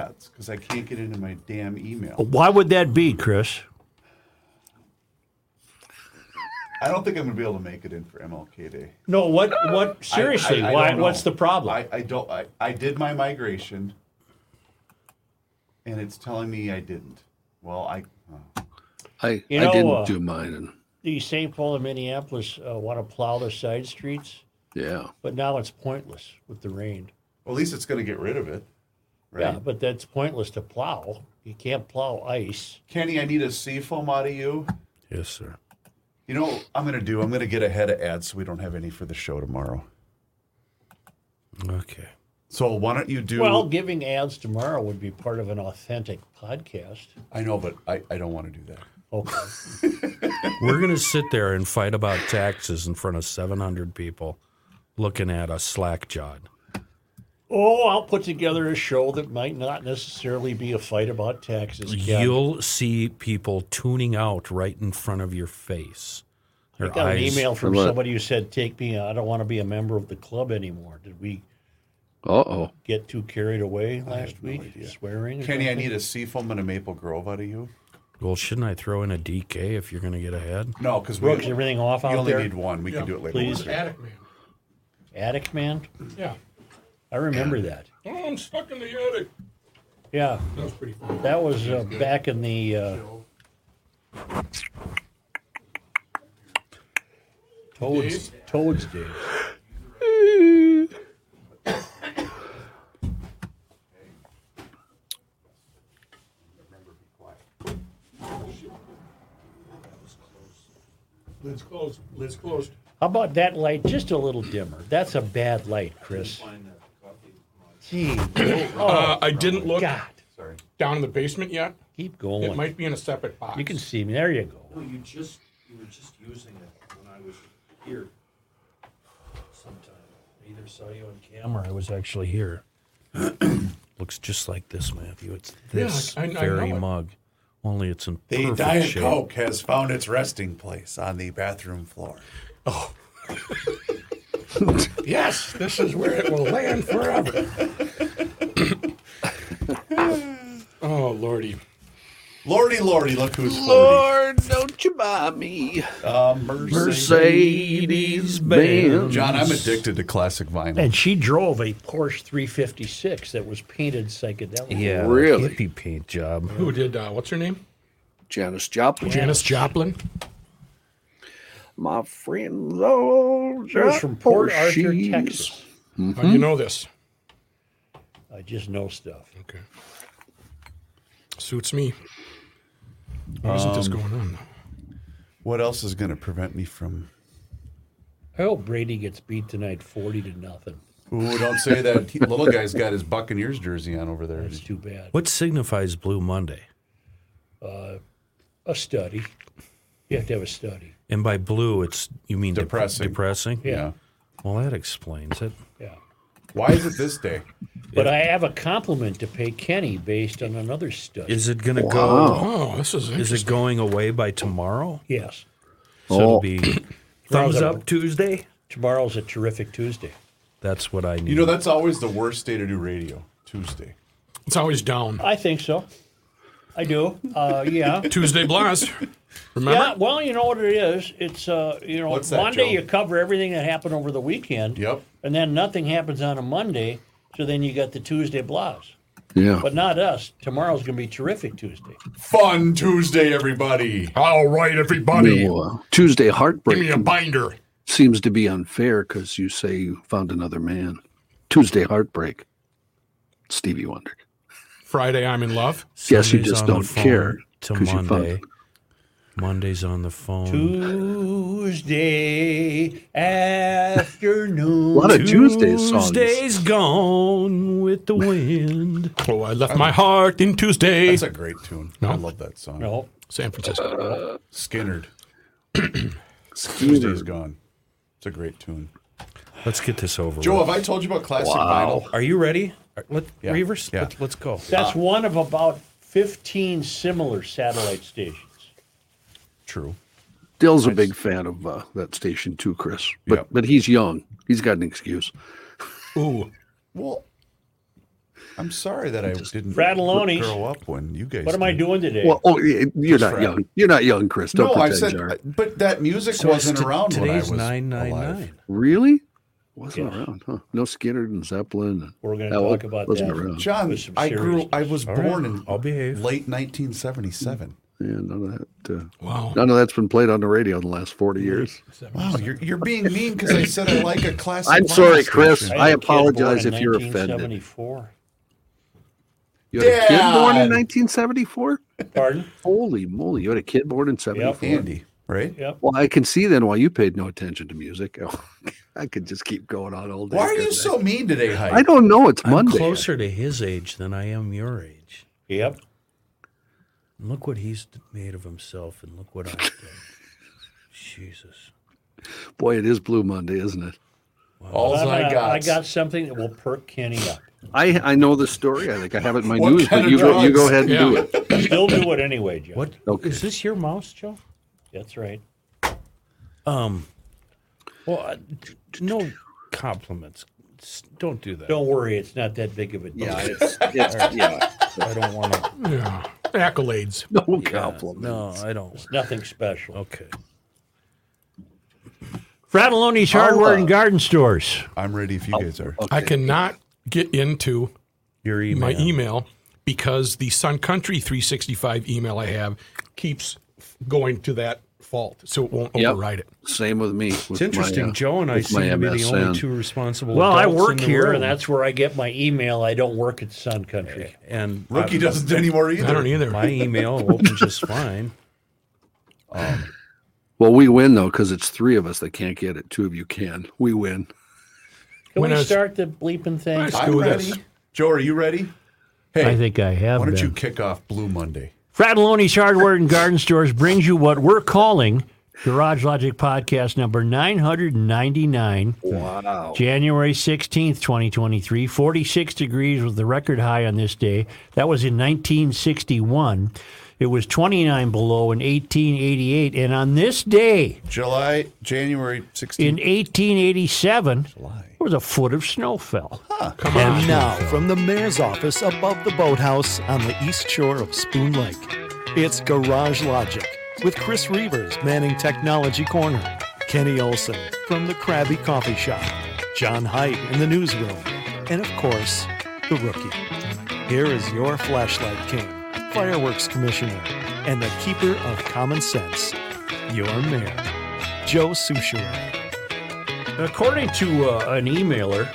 because I can't get into my damn email. Why would that be, Chris? I don't think I'm going to be able to make it in for MLK Day. No, what? What? Uh, I- Seriously, I- I why? don't know. What's the problem? I, I don't. I, I did my migration, and it's telling me I didn't. Well, I. uh, I, You I know, didn't uh, do mine. And, the St. Paul and Minneapolis uh, want to plow the side streets, yeah. but now it's pointless with the rain. well, at least it's going to get rid of it, right? Yeah, but that's pointless to plow. You can't plow ice. Kenny, I need a seafoam out of you. Yes, sir. You know, what I'm going to do. I'm going to get ahead of ads so we don't have any for the show tomorrow. Okay. So why don't you do? Well, giving ads tomorrow would be part of an authentic podcast. I know, but I, I don't want to do that. Okay. We're going to sit there and fight about taxes in front of 700 people looking at us slack jawed. oh, I'll put together a show that might not necessarily be a fight about taxes. Ken. You'll see people tuning out right in front of your face. I Their got an eyes- email from What? somebody who said, "Take me. I don't want to be a member of the club anymore." Did we Uh oh. get too carried away last week, swearing? or Kenny, I something? need a seafoam and a maple grove out of you. Well, shouldn't I throw in a DK if you're going to get ahead? No, because we Brooks, everything off you out only there. need one. We can do it later. please. Sure. Attic man. Attic man. Yeah. I remember that. Oh, I'm stuck in the attic. Yeah, That was pretty fun. that was uh, back in the uh, Toads Toads days. Lid's closed. Lid's closed. How about that light? Just a little dimmer. That's a bad light, Chris. Gee, oh, Uh, I didn't look God, Sorry. down in the basement yet. keep It going. might be in a separate box. You can see me. There you go. No, you just, you were just using it when I was here sometime. I either saw you on camera. I was actually here. Looks just like this, Matthew. It's Yeah, this I- I know very it. mug, only it's in The perfect Diet shape. Coke has found its resting place on the bathroom floor. Yes, this is where it will land forever. oh, Lordy. Lordy, lordy, look who's floating. Lord, don't you buy me Uh, mercy. Mercedes Benz. John, I'm addicted to classic vinyl. And she drove a Porsche 356 that was painted psychedelic. Yeah, Really? hippie paint job. Who did, uh, what's her name? Janis Joplin. Janice Joplin. My friend's old She was from Port Arthur, Porsches. Texas. Oh, you know this. I just know stuff. Okay. Suits me. Why isn't Um, this going on? though? What else is going to prevent me from? I hope Brady gets beat tonight 40 to nothing. Ooh, don't say that. He- little guy's got his Buccaneers jersey on over there. That's too bad. What signifies Blue Monday? A study. You have to have a study. And by blue, it's you mean dep- Depressing. depressing. Yeah. Well, that explains it. Yeah. Why is it this day? But I have a compliment to pay Kenny based on another study. Is it going to go? Oh, this is Is it interesting. going away by tomorrow? yes. So it'll Oh. be thumbs Rather. up Tuesday. Tomorrow's a terrific Tuesday. That's what I need. You know, that's always the worst day to do radio. Tuesday. It's always down. I think so. I do. Uh, yeah. Tuesday blast. Remember? Yeah, well, you know what it is. It's uh, you know, What's that, Monday Joe? you cover everything that happened over the weekend. Yep. And then nothing happens on a Monday, so then you got the Tuesday blahs. Yeah. But not us. Tomorrow's going to be terrific Tuesday. Fun Tuesday, everybody. All right, everybody. No, uh, Tuesday Give me a heartbreak binder. seems to be unfair because you say you found another man. Tuesday heartbreak. Stevie Wonder. Friday, I'm in love. Yes, you Sunday's just on the don't phone care till 'cause you found Monday. it. Monday's on the phone. Tuesday afternoon. A lot of Tuesday songs. Tuesday's gone with the wind. Oh, I left my heart in Tuesday. That's a great tune. I love that song. No, San Francisco. Uh, Skinnered. Tuesday's gone. It's a great tune. Let's get this over Joe, with. have I told you about classic vinyl? Are you ready? Are- Let, Yeah, Reavers, yeah. Let, let's go. that's one of about 15 similar satellite stations. True. Dill's a big fan of uh, that station too, Chris. But Yep. but he's young. He's got an excuse. Ooh. Well, I'm sorry that I didn't Fratelloni. grow up when you guys. What am I did. doing today? Well, oh, y- you're Just not for- young. You're not young, Chris. Don't No, I pretend said, you are. but that music So it's wasn't to- around when I today's was nine nine alive. nine. Really? Wasn't Yeah. around, huh? No Skinner and Zeppelin. and- We're going to No, talk about wasn't that. around. John, With some I grew. seriousness. I was All right, born I'll in behave. late 1977. Yeah, none of that. Uh, Wow. none of that's been played on the radio in the last forty years. Wow, you're you're being mean because I said I like a classic. I'm rock sorry, Chris. station. I had a kid born apologize in if you're offended. 1974. You had a kid born Dad! in 1974. Pardon? Holy moly! You had a kid born in 74. Andy, right? Yep. Well, I can see then why you paid no attention to music. Oh, I could just keep going on all day. Why are you couldn't I? so mean today, Hyde? I don't know. It's I'm Monday. closer to his age than I am your age. Yep. And look what he's made of himself, and look what I've done. Jesus. Boy, it is Blue Monday, isn't it? All I'm I gonna- got. I got something that will perk Kenny up. I I know the story. I think I have it in my What news, kind but of you go, you go drugs? ahead and do it. Still do it anyway, Joe. What is Okay. this your mouse, Joe? That's right. Um, well, I- no compliments. S- Don't do that. Don't worry, it's not that big of a deal. Yeah, it's, it's yeah. I don't want to. Yeah. Accolades. No compliment. No, I don't. It's nothing special. Okay. Fratelloni's Hardware and Garden Stores. I'm ready if you guys are. I cannot get into Your email. my email because the Sun Country 365 email I have keeps f- going to that fault, so it won't Yep. override it. Same with me. It's interesting. Joe and I with my seem to be the MSN. only two responsible. Well, I adults in work the here, room. and that's where I get my email. I don't work at Sun Country. and Rookie doesn't anymore either. I don't either. My email opens just fine. Well, we win though because it's three of us that can't get it. Two of you can. We win. Can When I we was- start the bleeping thing? Let's I'm do ready. this. Joe, are you ready? Hey, think I have. why don't you kick off Blue Monday? Fratelloni's Hardware and Garden Stores brings you what we're calling Garage Logic Podcast number 999. Wow. January 16th, 2023. 46 degrees was the record high on this day. That was in 1961. It was 29 below in 1888. And on this day, July, January 16th. in 1887, there was a foot of snow fell. And now, from the mayor's office above the boathouse on the east shore of Spoon Lake, it's Garage Logic with Chris Reavers manning Technology Corner, Kenny Olson from the Krabby Coffee Shop, John Height in the newsroom, and of course, the rookie. Here is your flashlight king, fireworks commissioner, and the keeper of common sense, your mayor, Joe Sushiro. According to uh, an emailer,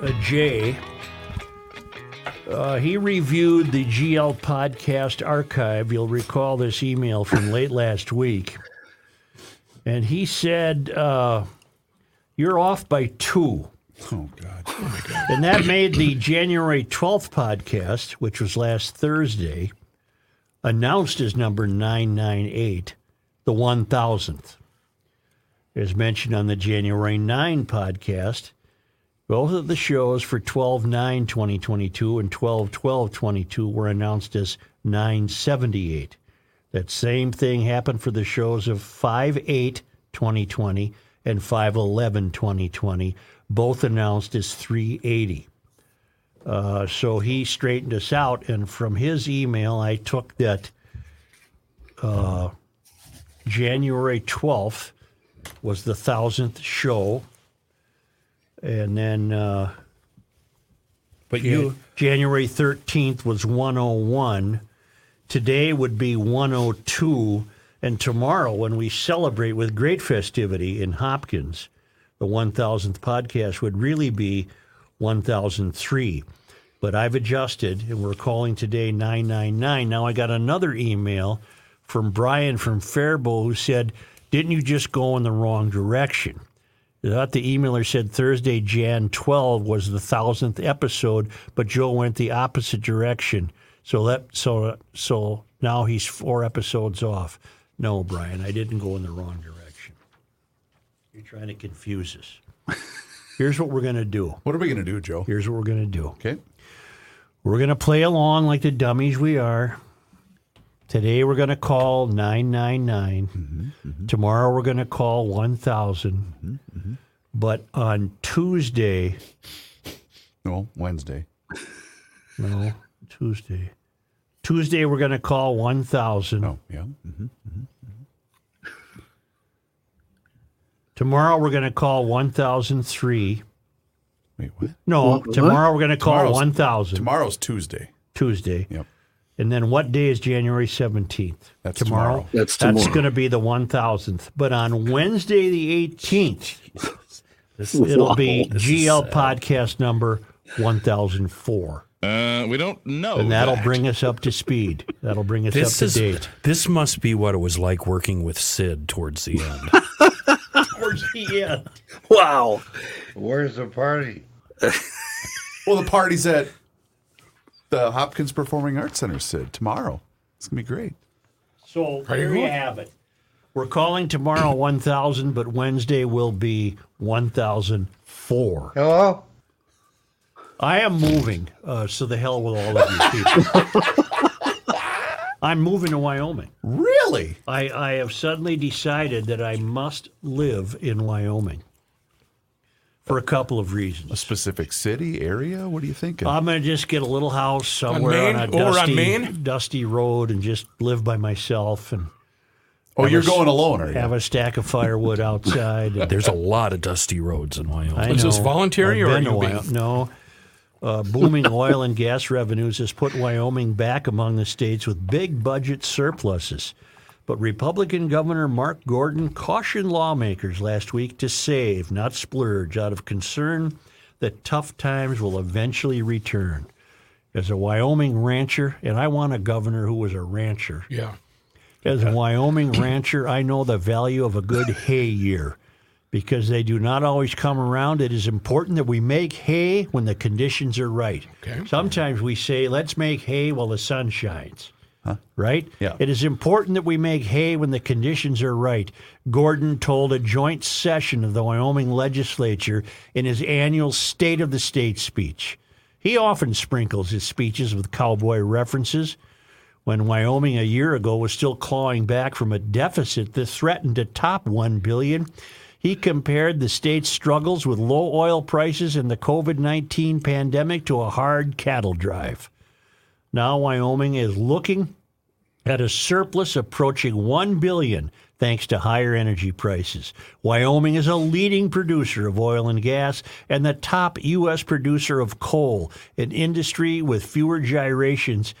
uh, Jay, uh, he reviewed the GL podcast archive. You'll recall this email from late last week. And he said, uh, You're off by two. oh, God. And that made the January 12th podcast, which was last Thursday, announced as number 998, the 1000th. As mentioned on the January 9 podcast, both of the shows for 12 9 2022 and 12 12 22 were announced as 978. That same thing happened for the shows of 5 8 2020 and 5 11 2020, both announced as 380. Uh, so he straightened us out, and from his email, I took that uh, January 12th was the thousandth show, and then. Uh, But you, January 13th was 101. Today would be 102. And tomorrow, when we celebrate with great festivity in Hopkins, the 1000th podcast would really be 1003. But I've adjusted, and we're calling today 999. Now, I got another email from Brian from Faribault who said, Didn't you just go in the wrong direction? I thought the emailer said Thursday, Jan 12 was the thousandth episode, but Joe went the opposite direction. So that so so now he's four episodes off. No, Brian, I didn't go in the wrong direction. You're trying to confuse us. Here's what we're gonna do. What are we going to do, Joe? Here's what we're gonna do. Okay. We're going to play along like the dummies we are. Today we're going to call 999. Tomorrow we're going to call 1000. But on Tuesday, No, Wednesday. No, Tuesday. Tuesday, we're going to call 1,000. Oh, yeah. Tomorrow, we're going to call 1,003. Wait, what? No, what? tomorrow, we're going to call Tomorrow's- 1,000 Tomorrow's Tuesday. Tuesday. Yep. And then what day is January 17th? That's tomorrow. That's That's tomorrow. going to be the 1,000th. But on Wednesday, the 18th, it'll be Wow. GL podcast number 1004. Uh, we don't know. And that'll that. bring us up to speed. That'll bring us This up is to date. this must be what it was like working with Sid towards the end. Yeah. Wow. Where's the party? Well, the party's at the Hopkins Performing Arts Center, Sid, tomorrow. It's going to be great. So there you have it. We're calling tomorrow 1,000, but Wednesday will be 1,004. Hello? I am moving, uh, so the hell with all of you people. I'm moving to Wyoming. Really? I, I have suddenly decided that I must live in Wyoming for a couple of A reasons. specific city, area? What are you thinking? I'm gonna just get a little house somewhere on, Main? a Over on dusty, Main? dusty road and just live by myself and oh, you're going alone, are you? have a stack of firewood outside. and- There's a lot of dusty roads in Wyoming. I Is this know. voluntary I've or been to are you Wyo- no? Uh, booming oil and gas revenues has put Wyoming back among the states with big budget surpluses. But Republican Governor Mark Gordon cautioned lawmakers last week to save, not splurge, out of concern that tough times will eventually return. As a Wyoming rancher, and I want a governor who was a rancher, Yeah. as a Wyoming rancher, I know the value of a good hay year because they do not always come around. It is important that we make hay when the conditions are right. Okay. Sometimes we say, let's make hay while the sun shines. Right? Yeah. It is important that we make hay when the conditions are right. Gordon told a joint session of the Wyoming legislature in his annual State of the State speech. He often sprinkles his speeches with cowboy references when Wyoming a year ago was still clawing back from a deficit that threatened to top 1 billion. He compared the state's struggles with low oil prices and the COVID-19 pandemic to a hard cattle drive. Now Wyoming is looking at a surplus approaching 1 billion thanks to higher energy prices. Wyoming is a leading producer of oil and gas and the top US producer of coal, an industry with fewer gyrations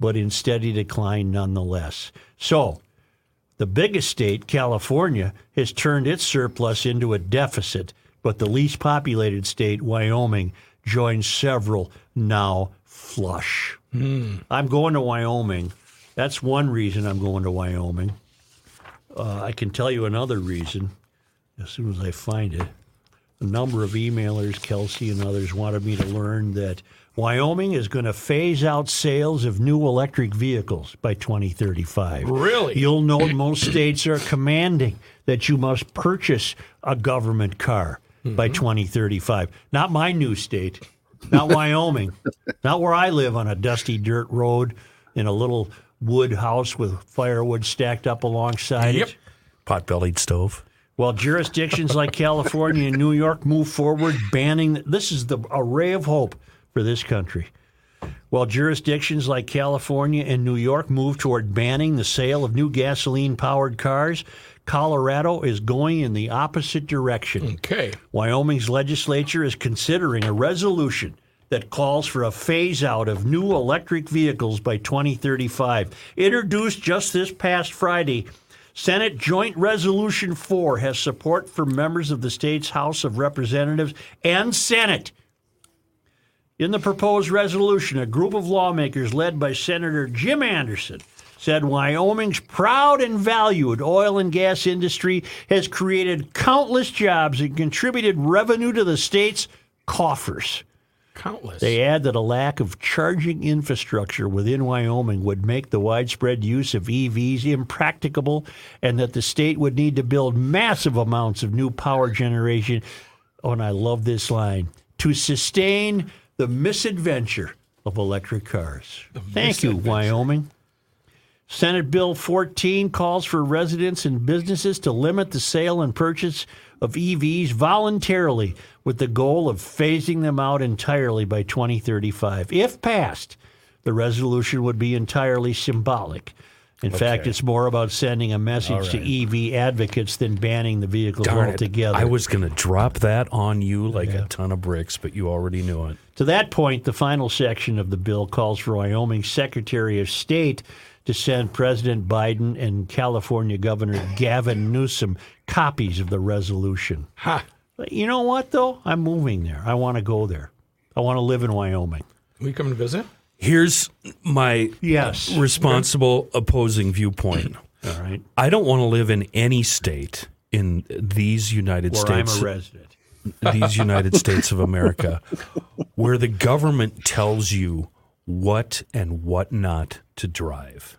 but in steady decline nonetheless. So, the biggest state, California, has turned its surplus into a deficit, but the least populated state, Wyoming, joins several now flush. I'm going to Wyoming. That's one reason I'm going to Wyoming. Uh, I can tell you another reason as soon as I find it. A number of emailers, Kelsey and others, wanted me to learn that Wyoming is going to phase out sales of new electric vehicles by 2035. Really? You'll note most states are commanding that you must purchase a government car Mm-hmm. by 2035. Not my new state, not Wyoming, not where I live on a dusty dirt road in a little wood house with firewood stacked up alongside Yep. it. Pot-bellied stove. While jurisdictions like California and New York move forward banning this is the a ray of hope for this country. While jurisdictions like California and New York move toward banning the sale of new gasoline powered cars, Colorado is going in the opposite direction. Okay. Wyoming's legislature is considering a resolution that calls for a phase out of new electric vehicles by 2035. Introduced just this past Friday, Senate Joint Resolution 4 has support from members of the state's House of Representatives and Senate. In the proposed resolution, a group of lawmakers led by Senator Jim Anderson said Wyoming's proud and valued oil and gas industry has created countless jobs and contributed revenue to the state's coffers. Countless. They add that a lack of charging infrastructure within Wyoming would make the widespread use of EVs impracticable and that the state would need to build massive amounts of new power generation. Oh, and I love this line to sustain the misadventure of electric cars. Thank you, Wyoming. Senate Bill 14 calls for residents and businesses to limit the sale and purchase of EVs voluntarily with the goal of phasing them out entirely by 2035. If passed, the resolution would be entirely symbolic. In fact, it's more about sending a message to EV advocates than banning the vehicles Darn it. altogether. I was going to drop that on you like a ton of bricks, but you already knew it. To that point, the final section of the bill calls for Wyoming's Secretary of State to send President Biden and California Governor Gavin Newsom copies of the resolution. Ha! But you know what, though? I'm moving there. I want to go there. I want to live in Wyoming. Can we come and visit? Here's my Yes. responsible opposing viewpoint. All right. I don't want to live in any state in these United Or I'm States a resident. these United States of America, where the government tells you what and what not to drive.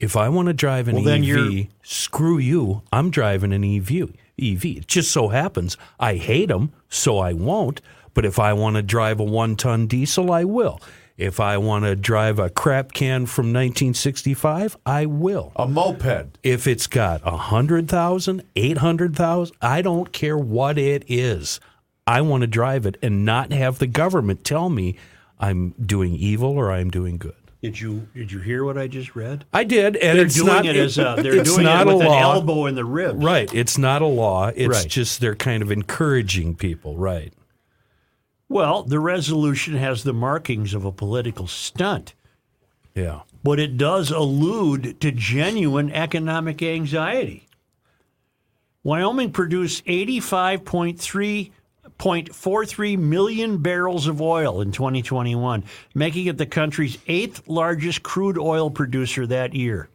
If I want to drive an Well, then EV, you're- screw you. I'm driving an E EV. EV. It just so happens I hate them, so I won't. But if I want to drive a one-ton diesel, I will. If I want to drive a crap can from 1965, I will A moped. if it's got 100,000, 800,000, I don't care what it is. I want to drive it and not have the government tell me I'm doing evil or I'm doing good. Did you did you hear what I just read? I did, and They're it's doing not it as a, they're it's doing not it with a an law. elbow in the ribs. Right, it's not a law. It's Right. just they're kind of encouraging people, right? Well, the resolution has the markings of a political stunt. Yeah. but it does allude to genuine economic anxiety. Wyoming produced 85.3.43 million barrels of oil in 2021, making it the country's eighth largest crude oil producer that year.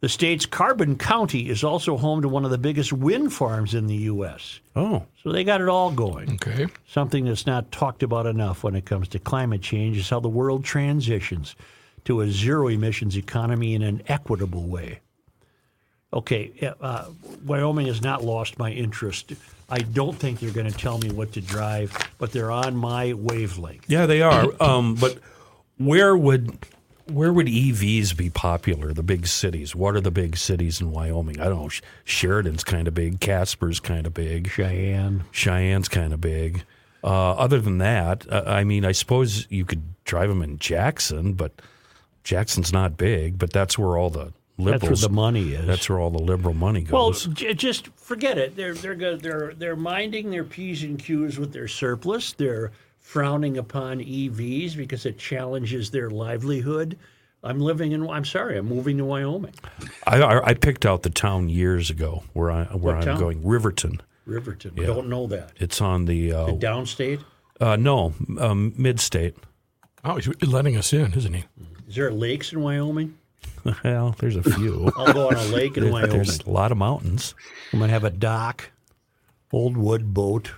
The state's Carbon County is also home to one of the biggest wind farms in the U.S., Oh, so they got it all going. Okay. Something that's not talked about enough when it comes to climate change is how the world transitions to a zero emissions economy in an equitable way. Okay, yeah, uh, Wyoming has not lost my interest. I don't think they're going to tell me what to drive, but they're on my wavelength. yeah, they are. Um, but where would where would EVs be popular? The big cities. What are the big cities in Wyoming? I don't know. Sh- Sheridan's kind of big. Casper's kind of big. Cheyenne. Cheyenne's kind of big. Uh, other than that, uh, I mean, I suppose you could drive them in Jackson, but Jackson's not big. But that's where all the liberals. That's where the money is. that's where all the liberal money Well, goes. j- just forget it. They're they're go- they're they're minding their p's and q's with their surplus. They're frowning upon EVs because it challenges their livelihood. I'm living in. I'm sorry. I'm moving to Wyoming, I, I, I picked out the town years ago where I where I'm town? going. Riverton. Riverton. Don't know that. It's on the uh, Downstate. uh, no um, mid state. Oh, he's letting us in, isn't he? Is there lakes in Wyoming? Well, there's a few. I'll go on a lake in Wyoming. there's a lot of mountains. I'm gonna have a dock, old wood boat,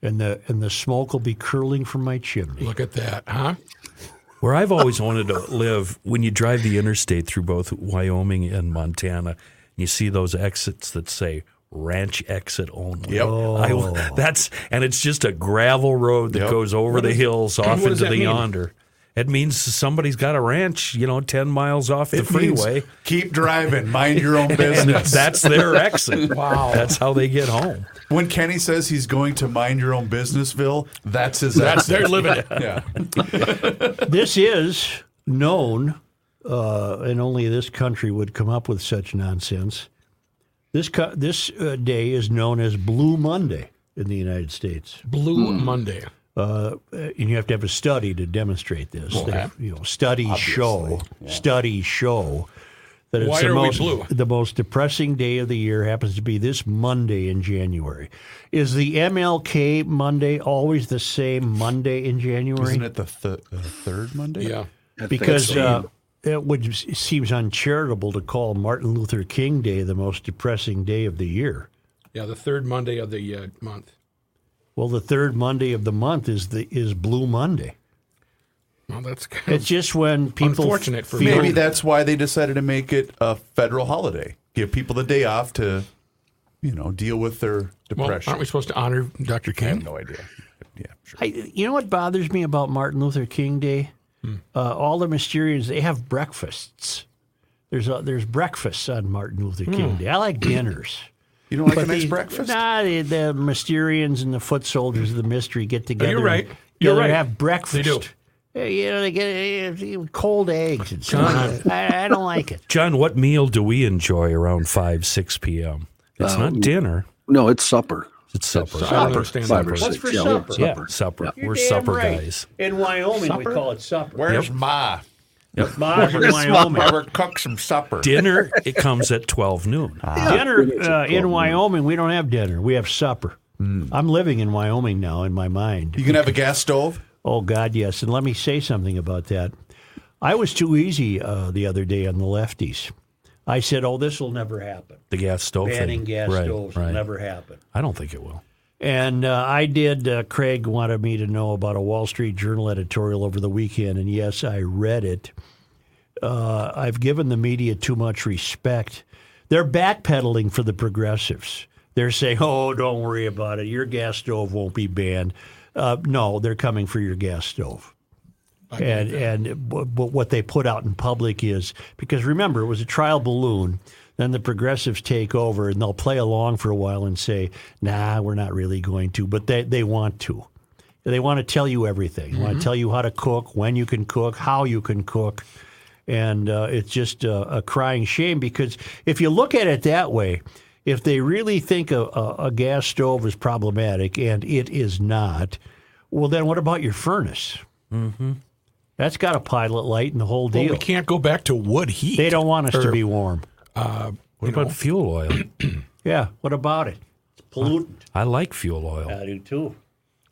and the and the smoke will be curling from my chimney. Look at that, huh? Where I've always wanted to live, when you drive the interstate through both Wyoming and Montana, and you see those exits that say ranch exit only. Yep. that's and it's just a gravel road that goes over the hills off what does into that the mean? yonder. It means somebody's got a ranch, you know, ten miles off the It means freeway. Keep driving. Mind your own business. That's their exit. wow. That's how they get home. when Kenny says he's going to mind your own businessville, that's his. That's they're living it. yeah. this is known, uh, and only this country would come up with such nonsense. This co- this uh, day is known as Blue Monday in the United States, Blue Hmm. Monday. Uh, and you have to have a study to demonstrate this. That, you know, studies show studies show that it's Why the are we most blue? the most depressing day of the year happens to be this Monday in January. Is the MLK Monday always the same Monday in January? Isn't it the th- uh, third Monday? Yeah. I think because so. uh, it would it seems uncharitable to call Martin Luther King Day the most depressing day of the year. Yeah, the third Monday of the uh, month. Well, the third Monday of the month is the is Blue Monday. Well, that's kind It's of, just when people Unfortunate for feel- Maybe that's why they decided to make it a federal holiday. Give people the day off to, you know, deal with their well, depression. aren't we supposed to honor Dr. I have King? no idea. Yeah, sure. I, you know what bothers me about Martin Luther King Day Hmm. uh, all the Mysterians they have breakfasts. There's a, there's breakfasts on Martin Luther Hmm. King Day. I like dinners. You don't like a nice these- breakfast? Nah, the, the Mysterians and the foot soldiers of the mystery get together. You're right. and- yeah, You're they right. have breakfast. They do. Uh, You know, they get uh, cold eggs and stuff. I, I don't like it. John, what meal do we enjoy around 5, 6 p.m.? It's not dinner, No, it's supper. it's supper. I don't understand Five or that. What's six. for yeah, we're supper? Yeah, supper. You're We're damn supper right. guys. In Wyoming, we call it supper. Where's Ma? Mars in Wyoming. Barbara, cook some supper. Dinner, it comes at 12 noon. dinner uh, in Wyoming, we don't have dinner. We have supper. I'm living in Wyoming now in my mind. You can have a gas stove. Oh, God, yes. And let me say something about that. I was too easy uh, the other day on the lefties. I said, oh, this will never happen. The gas stove Banning thing. gas Right, stoves right. will never happen. I don't think it will. And uh, I did. Uh, Craig wanted me to know about a Wall Street Journal editorial over the weekend, and yes, I read it. Uh, I've given the media too much respect. They're backpedaling for the progressives. They're saying, "Oh, don't worry about it. Your gas stove won't be banned." Uh, no, they're coming for your gas stove. And and but what they put out in public is because remember it was a trial balloon. Then the progressives take over and they'll play along for a while and say, "Nah, we're not really going to," but they they want to. They want to tell you everything. They want to tell you how to cook, when you can cook, how you can cook, and uh, it's just a, a crying shame because if you look at it that way, if they really think a, a, a gas stove is problematic and it is not, well, then what about your furnace? That's got a pilot light and the whole Well, deal. we can't go back to wood heat. they don't want us to Or- be warm. What about fuel oil? Yeah, what about it? It's pollutant. I like fuel oil. I do too.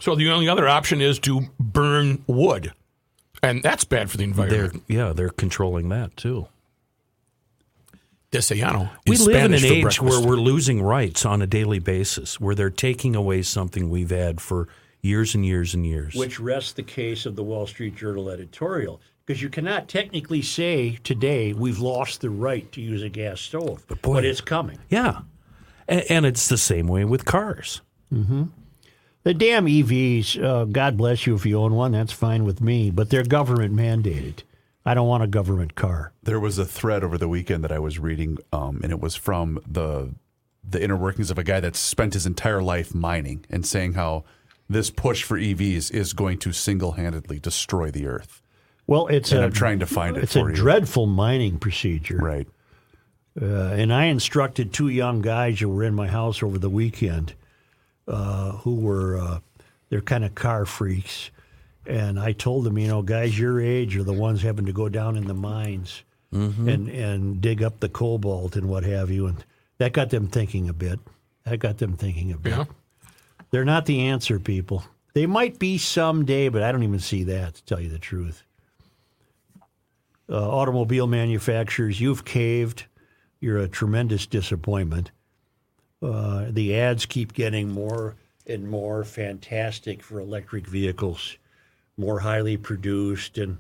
So the only other option is to burn wood, and that's bad for the They're, environment. yeah, they're controlling that too. Desayuno. We is live Spanish in for an age where breakfast. we're losing rights on a daily basis, where they're taking away something we've had for years and years and years. which rests the case of the Wall Street Journal editorial. Because you cannot technically say today we've lost the right to use a gas stove, but, boy- it's coming. yeah, and, and it's the same way with cars. The damn EVs, uh, God bless you if you own one, that's fine with me, but they're government mandated. I don't want a government car. There was a thread over the weekend that I was reading, um, and it was from the the inner workings of a guy that's spent his entire life mining and saying how this push for EVs is going to single handedly destroy the earth. Well, it's And a I'm trying to find it it's for a you. dreadful mining procedure. Right. Uh, and I instructed two young guys who were in my house over the weekend, uh, who were uh, they're kind of car freaks, and I told them, you know, guys your age are the ones having to go down in the mines and and dig up the cobalt and what have you, and that got them thinking a bit. That got them thinking a bit. Yeah. They're not the answer, people. They might be someday, but I don't even see that, to tell you the truth. Uh, automobile manufacturers, you've caved. You're a tremendous disappointment. Uh, the ads keep getting more and more fantastic for electric vehicles, more highly produced, and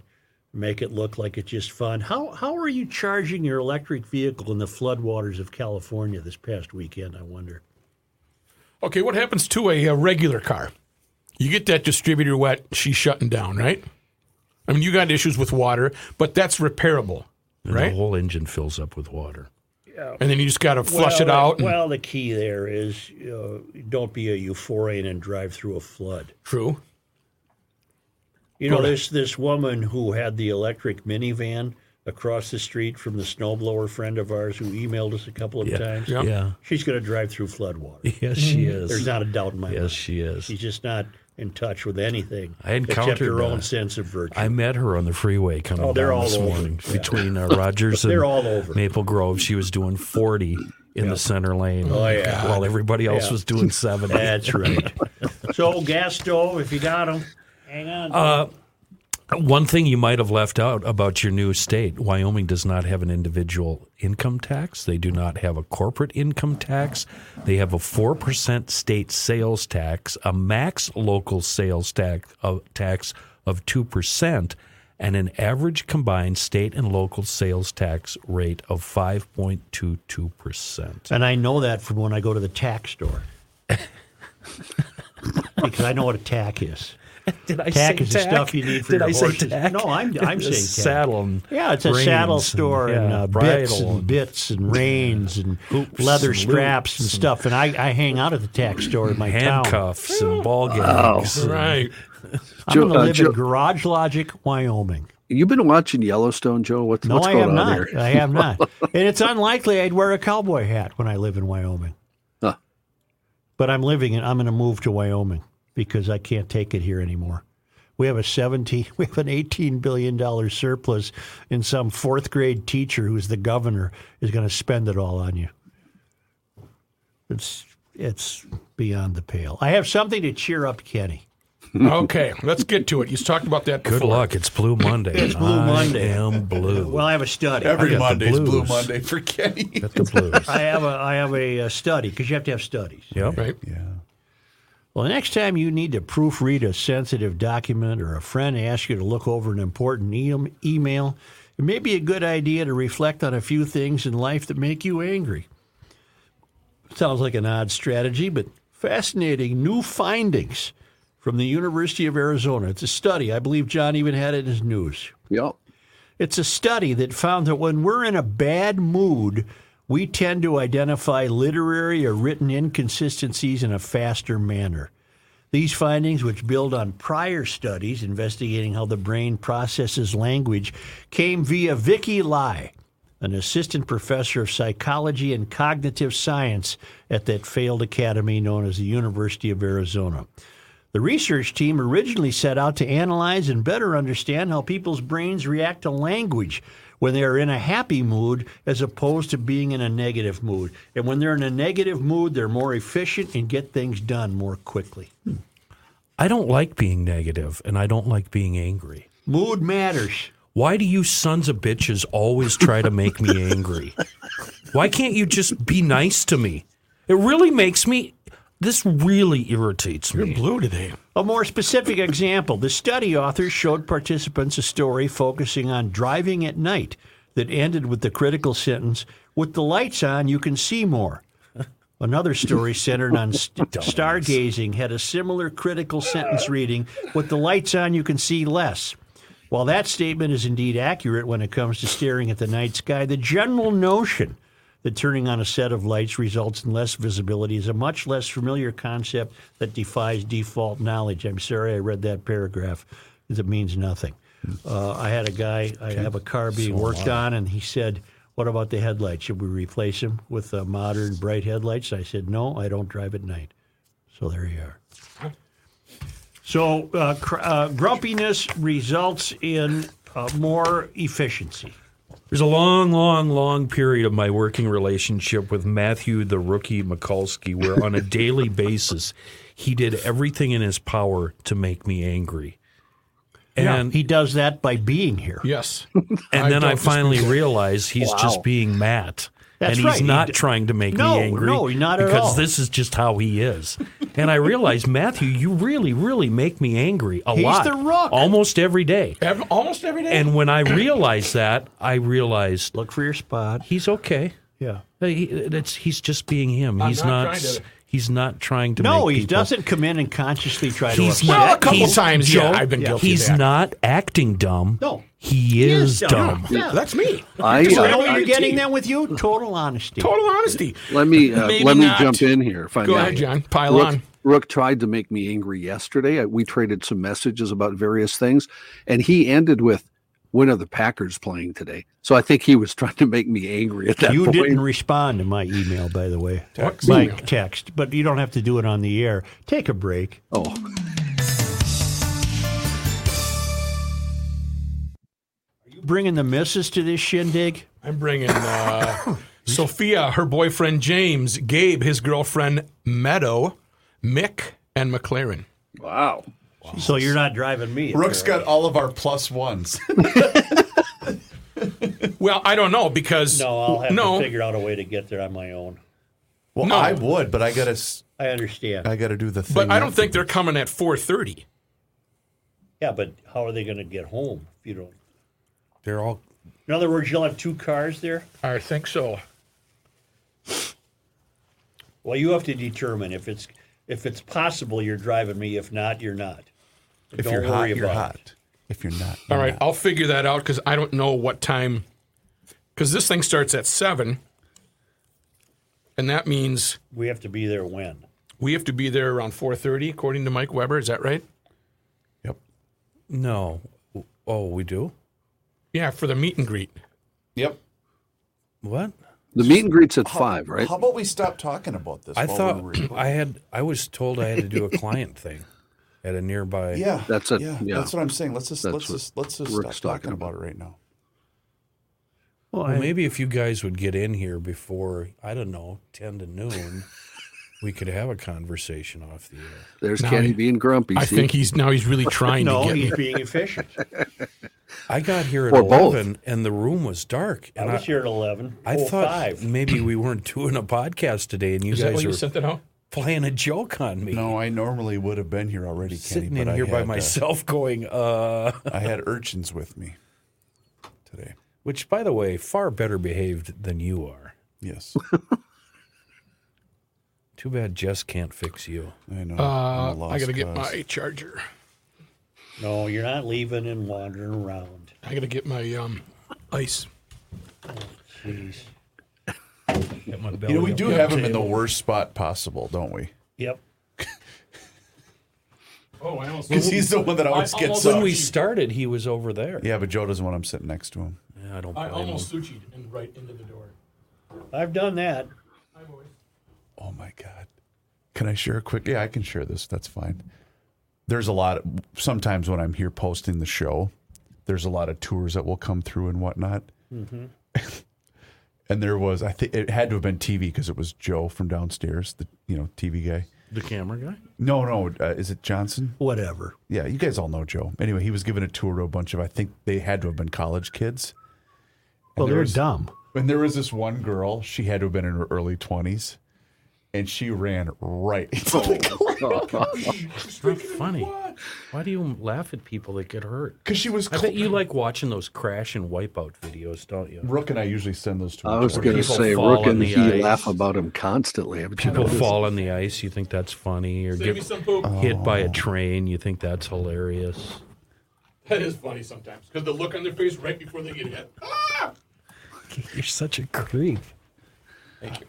make it look like it's just fun. How, how are you charging your electric vehicle in the floodwaters of California this past weekend, I wonder? Okay, what happens to a, uh regular car? You get that distributor wet, she's shutting down, right? I mean, you got issues with water, but that's repairable, And right? The whole engine fills up with water. And then you just got to flush it Well, out. and- well, the key there is uh, don't be a euphorian and drive through a flood. true. You know, this this woman who had the electric minivan across the street from the snowblower friend of ours who emailed us a couple of times. Yeah. Yeah. She's going to drive through floodwater. Yes, she Mm-hmm. There's is. not a doubt in my Yes, mind. she is. She's just not in touch with anything I except encountered her own that. sense of virtue. I met her on the freeway coming Oh, they're down all this over. morning Yeah. between uh, Rogers and They're all over. Maple Grove. She was doing 40 in the center lane Oh, yeah. while everybody else Yeah. was doing 70. That's right. so gas stove, if you got them, hang on. Uh, One thing you might have left out about your new state Wyoming does not have an individual income tax. They do not have a corporate income tax. They have a 4% state sales tax, a max local sales tax of, tax of 2%, and an average combined state and local sales tax rate of 5.22%. And I know that from when I go to the tack store. because I know what a tack is. Did I Tack say is the tack? stuff you need for Did your I horses. Say tack? No, I'm- I'm A saying tack. saddle. And Yeah, it's a saddle reins store and, yeah, uh, bits bridle and bits and reins and Hoops leather and straps and loops and- stuff. And I, I hang out at the tack store in my town. handcuffs and ball gags. Right. I'm Joe- going to uh, live Joe- in Garage Logic, Wyoming. You've been watching Yellowstone, Joe? What's, No, what's I going have on not. there? I have not. And it's unlikely I'd wear a cowboy hat when I live in Wyoming. Huh. But I'm living in, I'm going to move to Wyoming because I can't take it here anymore. We have a 17, we have an 18 billion dollar surplus and some fourth grade teacher who's the governor is going to spend it all on you. It's it's beyond the pale. I have something to cheer up Kenny. Okay, let's get to it. You talked about that Good before. luck. It's Blue Monday. It's Blue I Monday. am blue. Well, I have a study. Every got the Monday's Blue blues. Monday for Kenny. Got the blues. I have a I have a, uh study because you have to have studies. Yep. Right. Well, the next time you need to proofread a sensitive document or a friend asks you to look over an important e- email, it may be a good idea to reflect on a few things in life that make you angry. Sounds like an odd strategy, but fascinating new findings from the University of Arizona. It's a study. I believe John even had it in his news. Yep. It's a study that found that when we're in a bad mood, we tend to identify literary or written inconsistencies in a faster manner. These findings, which build on prior studies investigating how the brain processes language, came via Vicky Lai, an assistant professor of psychology and cognitive science at that failed academy known as the University of Arizona. The research team originally set out to analyze and better understand how people's brains react to language when they are in a happy mood as opposed to being in a negative mood. And when they're in a negative mood, they're more efficient and get things done more quickly. I don't like being negative, and I don't like being angry. Mood matters. Why do you sons of bitches always try to make me angry? Why can't you just be nice to me? It really makes me. This really irritates me. Blue today. A more specific example the study authors showed participants a story focusing on driving at night that ended with the critical sentence with the lights on, you can see more. Another story centered on st- stargazing had a similar critical sentence reading with the lights on, you can see less. While that statement is indeed accurate when it comes to staring at the night sky, the general notion that turning on a set of lights results in less visibility is a much less familiar concept that defies default knowledge. I'm sorry I read that paragraph because it means nothing. Uh, I had a guy, I have a car being worked on, and he said, What about the headlights? Should we replace them with uh, modern bright headlights? I said, No, I don't drive at night. So there you are. So uh, cr- uh, grumpiness results in uh, more efficiency. There's a long, long, long period of my working relationship with Matthew the Rookie Mikulski where on a daily basis he did everything in his power to make me angry. And he does that by being here. Yes. and then don't I finally realized he's just being Matt. That's and he's right. He not d- trying to make No, me angry. no, not at because all. this is just how he is. And I realized, Matthew, you really, really make me angry a He's lot. the rook. Almost every day. Ev- almost every day. And when I realized that, I realized Look for your spot. he's okay. Yeah. He, it's, he's just being him. I'm He's not not. trying to- he's not trying to. No, make he people- doesn't come in and consciously try to. He's upset. Well, a not. couple he's, times, yeah, Joe, I've been guilty of He's that. not acting dumb. No. he is dumb. yeah, that's me. I, Just uh, like You know what I- you're getting then with you? Total honesty. Total honesty. Let me uh, Maybe let me not. jump in here. if I Go may. ahead, John. Pile Rook, on. Rook tried to make me angry yesterday. I, we traded some messages about various things, and he ended with, "When are the Packers playing today?" So I think he was trying to make me angry at that You point. didn't respond to my email, by the way. Text. My Email. text, but you don't have to do it on the air. Take a break. Oh, You bringing the missus to this shindig? I'm bringing uh, Sophia, her boyfriend James, Gabe, his girlfriend Meadow, Mick, and McLaren. wow! So you're not driving me. Brooks got all of our plus ones. Well, I don't know because No, I'll have no, to figure out a way to get there on my own. Well, No. I would, but I gotta, s- I understand. I gotta do the thing. but I don't think they're coming at 4:30. Yeah, but how are they going to get home if you don't? They're all In other words, you'll have two cars there. I think so. Well, you have to determine if it's if it's possible you're driving me. If not, you're not. If Don't you're worry hot, you're about hot. If you're not, All you're right, not. I'll figure that out because I don't know what time. Because this thing starts at seven, and that means We have to be there when? we have to be there around four thirty, according to Mike Weber. Is that right? Yep. No. Oh, we do? Yeah, for the meet and greet. Yep. What? The meet and greet's at five, right? How about we stop talking about this? I while thought we're recording? I had I was told I had to do a client thing at a nearby yeah, That's it. Yeah, Yeah. that's what I'm saying. Let's just That's let's what just let's just Rick's stop talking talking about it right now. Well, Well, maybe if you guys would get in here before, I don't know, 10 to noon, we could have a conversation off the air. There's Now Kenny he- being grumpy. I see? think he's now he's really trying no, to get. he's being efficient. I got here at Or both. 11 and the room was dark. I And was here at oh 11. I thought maybe we weren't doing a podcast today and you Is that guys why are you sent that out? playing a joke on me. No, I normally would have been here already, Kenny. Sitting but in I here by had, uh, myself going, uh, I had urchins with me today. which, by the way, far better behaved than you are. Yes, Too bad Jess can't fix you. I know. Uh, I'm a I gotta lost get cause. my charger. No, you're not leaving and wandering around. I gotta get my um, ice. Jeez. You know, we do have him in the worst spot possible, don't we? Yep. Oh, I almost. Because he's the one that always I gets almost- When up. we started, he was over there. Yeah, but Joe doesn't want him sitting next to him. Yeah, I don't I blame almost him. suchied and right into the door. I've done that. Hi, boys. Oh my God. Can I share a quick? Yeah, I can share this. That's fine. There's a lot. Of, sometimes when I'm here posting the show, there's a lot of tours that will come through and whatnot. Mm-hmm. and there was, I think it had to have been TV because it was Joe from downstairs, the you know TV guy. The camera guy? No, no, uh, is it Johnson? Whatever. Yeah, you guys all know Joe. Anyway, he was giving a tour to a bunch of, I think they had to have been college kids. Well, there they're was- dumb. And there was this one girl, she had to have been in her early 20s, and she ran right into the Oh, Oh, It's not funny. Why do you laugh at people that get hurt? Because she was. I Cl- bet you like watching those crash and wipeout videos, don't you? Rook and I usually send those to. I Oh, each was other. going to people say, fall Rook on and the he ice. laugh about him constantly. Haven't you People noticed? fall on the ice, you think that's funny, or Save me get some Oh. poop. Uh, hit by a train, you think that's hilarious. That is funny sometimes because the look on their face right before they get hit. Ah! You're such a creep. Thank you.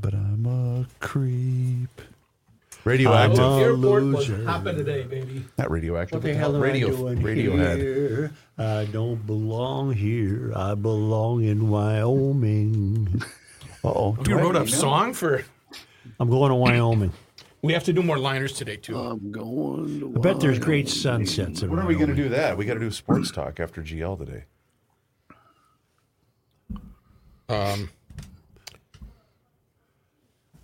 But I'm a creep. Radioactive, Oh, airport was hopping today, baby. not radioactive. What the but hell am radio, I doing Radiohead. here? I don't belong here. I belong in Wyoming. Uh-oh. You wrote a song for. I'm going to Wyoming. We have to do more liners today too. Um, I'm going to I bet there's great sunsets in When are we going to Wyoming. do that? We got to do sports talk after GL today. Um,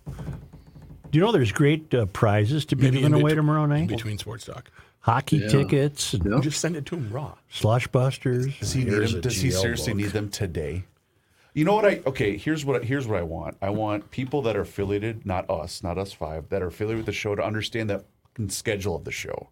Do you know there's great uh, prizes to be maybe given in away bet- tomorrow in night? between sports talk. Hockey tickets, and Yeah. Just send it to him raw. slush busters. Does he need Here's them? a Does he GL seriously book. need them today? You know what I? Okay, here's what here's what I want. I want people that are affiliated, not us, not us five, that are affiliated with the show to understand the fucking schedule of the show.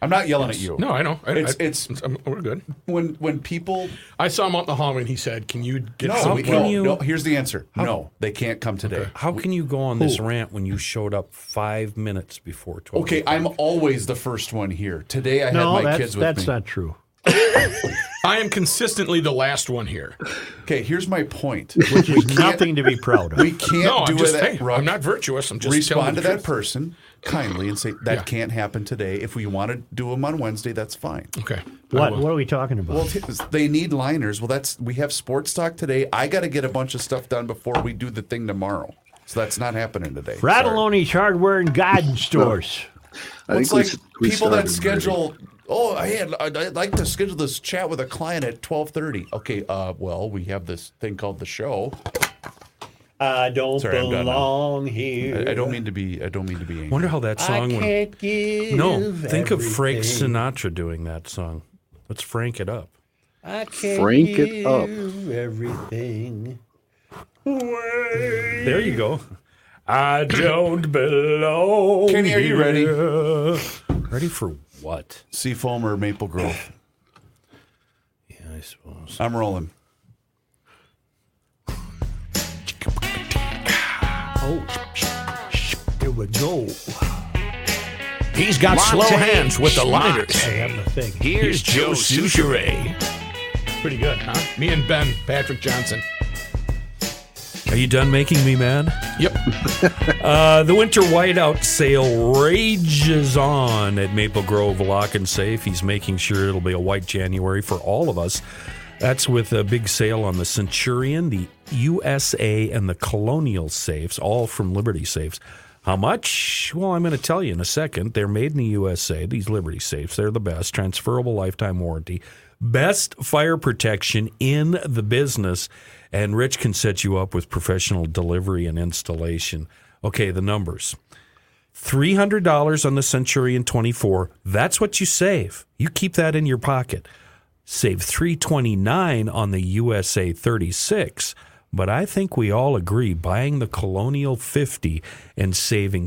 I'm not yelling at you. No, I know. I, It's- I- it's- I'm- we're good. When when people I saw him out in the hallway and he said, "Can you get no, some?" we, can no, you- no, here's the answer. no, they can't come today. How can you go on this rant when you showed up five minutes before 12? Okay, I'm always the first one here. Today I No, had my that's, kids with that's me. not true. I am consistently the last one here. okay, here's my point. Which is nothing to be proud of. We can't No, do I'm just. that. Hey, Rock. I'm not virtuous. I'm just telling respond the to that truth. person kindly and say that Yeah. can't happen today. If we want to do them on Wednesday, that's fine. Okay. I What? will. What are we talking about? Well, t- they need liners. Well, that's we have sports talk today. I got to get a bunch of stuff done before we do the thing tomorrow. So that's not happening today. Sorry. Radoloni's Hardware and Garden Stores. I Well, think It's like s- we people that started already. schedule. Oh, I had, I'd, I'd like to schedule this chat with a client at twelve thirty. Okay, uh, well, we have this thing called the show. I don't Sorry, I'm done now. belong I, here. I don't mean to be. I don't mean to be angry. wonder how that song I would. can't give. No, think of Frank everything. Sinatra doing that song. Let's Frank it up. I can't Frank it up. give Everything. There you go. I don't belong. Kenny, are you ready? here. Ready for what? Seafoam or Maple Grove? Yeah, I suppose. I'm rolling. It would go. He's got slow Latte hands with the schmatte. liners. Having a thing. Here's Joe Souchere. Pretty good, huh? Me and Ben, Patrick Johnson. Are you done making me mad? Yep. Uh, the winter whiteout sale rages on at Maple Grove Lock and Safe. He's making sure it'll be a white January for all of us. That's with a big sale on the Centurion, the USA, and the Colonial safes, all from Liberty Safes. How much? Well, I'm going to tell you in a second. They're made in the USA, these Liberty Safes. They're the best. Transferable lifetime warranty. Best fire protection in the business. And Rich can set you up with professional delivery and installation. Okay, the numbers. $300 on the Centurion 24. That's what you save. You keep that in your pocket. Save 329 on the USA 36. But I think we all agree buying the Colonial 50 and saving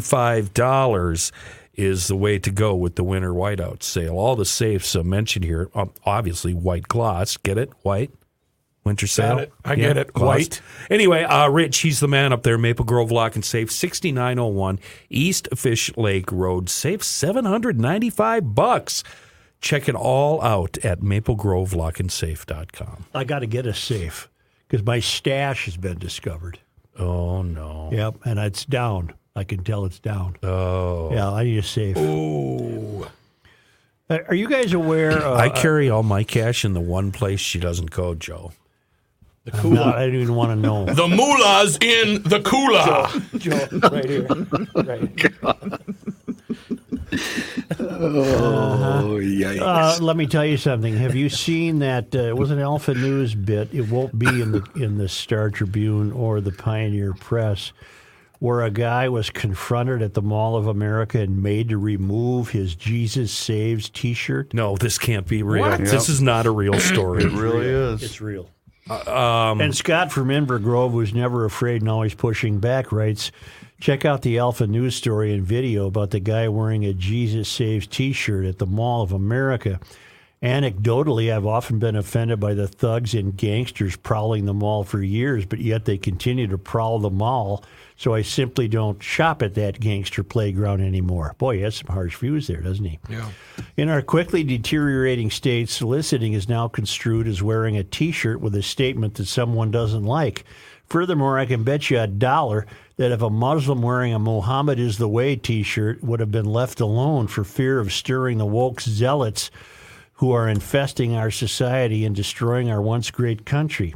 $795 is the way to go with the winter whiteout sale. All the safes uh, mentioned here, um, obviously white gloss, get it? White? Winter sale. it. I get it. gloss. White. Anyway, uh, Rich, he's the man up there, Maple Grove Lock and Safe, 6901 East Fish Lake Road. Save 795 bucks. Check it all out at maplegrovelockandsafe.com. I got to get a safe because my stash has been discovered. Oh, no. Yep, and it's down. I can tell it's down. Oh. Yeah, I need a safe. Oh. Are you guys aware? Uh, I carry all my cash in the one place she doesn't go, Joe. I'm not- I don't even want to know. The moolah's in the coolah. Joe, right here. Right. Oh, yikes. Uh, let me tell you something. Have you seen that? Uh, it was an Alpha News bit. It won't be in the in the Star Tribune or the Pioneer Press, where a guy was confronted at the Mall of America and made to remove his Jesus Saves T-shirt. No, this can't be real. What? This is not a real story. It really is. It's real. and Scott from Inver Grove, who's never afraid and always pushing back, writes Check out the Alpha News story and video about the guy wearing a Jesus Saves t shirt at the Mall of America. Anecdotally, I've often been offended by the thugs and gangsters prowling the mall for years, but yet they continue to prowl the mall, so I simply don't shop at that gangster playground anymore. Boy, he has some harsh views there, doesn't he? Yeah. In our quickly deteriorating state, soliciting is now construed as wearing a t shirt with a statement that someone doesn't like. Furthermore, I can bet you a dollar that if a Muslim wearing a Muhammad is the way t shirt would have been left alone for fear of stirring the woke zealots who are infesting our society and destroying our once great country.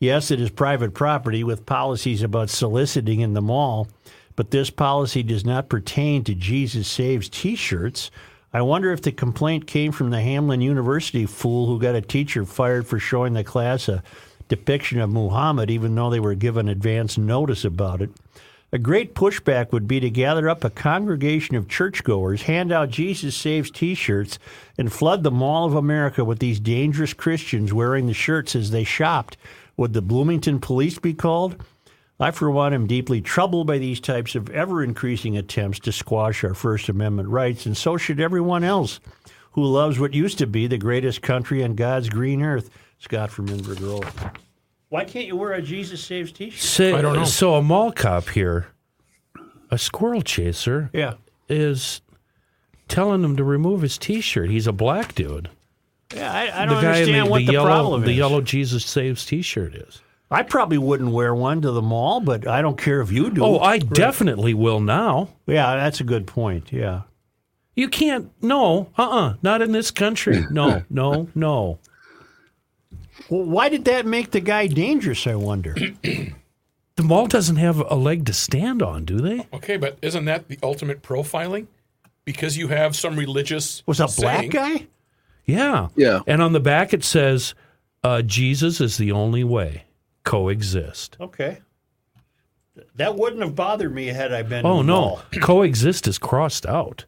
Yes, it is private property with policies about soliciting in the mall, but this policy does not pertain to Jesus Saves t shirts. I wonder if the complaint came from the Hamlin University fool who got a teacher fired for showing the class a depiction of Muhammad, even though they were given advance notice about it. A great pushback would be to gather up a congregation of churchgoers, hand out Jesus Saves t shirts, and flood the Mall of America with these dangerous Christians wearing the shirts as they shopped. Would the Bloomington police be called? I, for one, am deeply troubled by these types of ever increasing attempts to squash our First Amendment rights, and so should everyone else who loves what used to be the greatest country on God's green earth. Scott from Inver Grove. Why can't you wear a Jesus Saves t shirt? So, I don't know. so a mall cop here, a squirrel chaser, Yeah. is telling him to remove his T-shirt. He's a black dude. Yeah, I, I don't guy in understand what the, yellow, problem is. The yellow Jesus Saves T-shirt is. I probably wouldn't wear one to the mall, but I don't care if you do. Oh, I definitely will now. yeah, that's a good point. Yeah, You can't. No, uh, uh not in this country. No, no, no. well, why did that make the guy dangerous? I wonder. The mall doesn't have a leg to stand on, do they? Okay, but isn't that the ultimate profiling? Because you have some religious Was a black saying- guy? Yeah. Yeah. And on the back it says, uh, "Jesus is the only way. Coexist." Okay, that wouldn't have bothered me had I been. Oh in the no, mall. coexist is crossed out.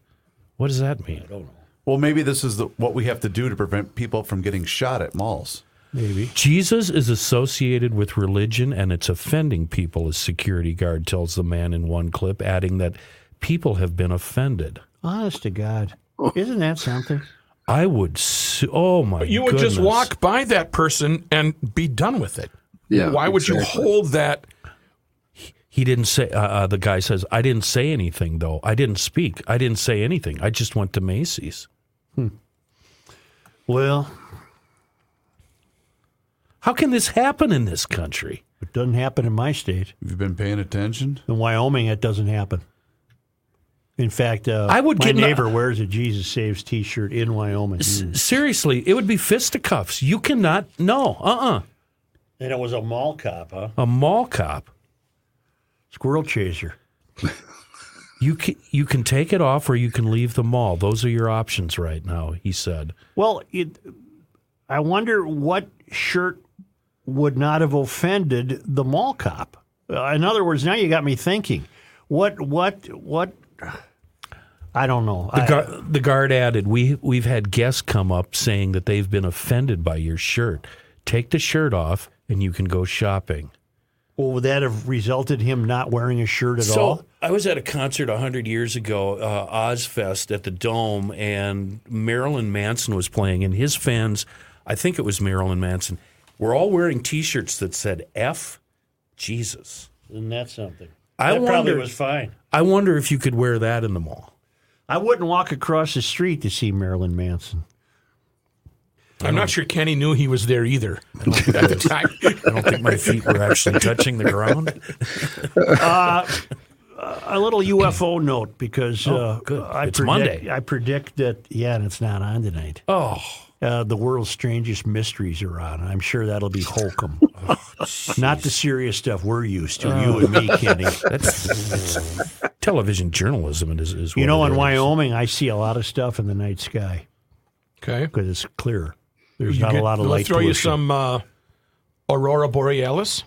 What does that mean? Well, maybe this is the, what we have to do to prevent people from getting shot at malls. maybe. Jesus is associated with religion and it's offending people, as security guard tells the man in one clip, adding that people have been offended. Honest to God, isn't that something? I would. Su- oh my! You would just goodness. walk by that person and be done with it. Yeah, Why would you exactly. hold that He didn't say. Uh, uh, the guy says, "I didn't say anything, though. I didn't speak. I didn't say anything. I just went to Macy's." Well, how can this happen in this country? It doesn't happen in my state. Have you been paying attention? In Wyoming, it doesn't happen. In fact, uh, I would my get in a- neighbor wears a Jesus Saves T-shirt in Wyoming, S- Mm. seriously, it would be fisticuffs. You cannot. No. Uh. uh and it was a mall cop, huh? A mall cop. Squirrel chaser. You can, you can take it off or you can leave the mall. Those are your options right now, he said. Well, it, I wonder what shirt would not have offended the mall cop. Uh, in other words, now you got me thinking. What? What? What? I don't know. The, I- gar- the guard added, "We we've had guests come up saying that they've been offended by your shirt. Take the shirt off, and you can go shopping." well, would that have resulted him not wearing a shirt at all? I was at a concert hundred years ago, uh, Ozfest at the Dome, and Marilyn Manson was playing, and his fans, I think it was Marilyn Manson, were all wearing T-shirts that said "F Jesus." Isn't that something? I that probably wonder- was fine. I wonder if you could wear that in the mall. I wouldn't walk across the street to see Marilyn Manson. I'm not sure Kenny knew he was there either at the time. I don't think my feet were actually touching the ground. Uh, A little UFO note because uh, Oh, good. I It's predict, Monday. I predict that yeah, and it's not on tonight. Oh, Uh, the world's strangest mysteries are on. and I'm sure that'll be Holcomb, Oh, not the serious stuff we're used to. You and me, Kenny. that's television journalism is, is You what know, it in is. Wyoming, I see a lot of stuff in the night sky Okay. because it's clear. There's You not get- a lot of they'll light throw you pollution. some uh, Aurora Borealis.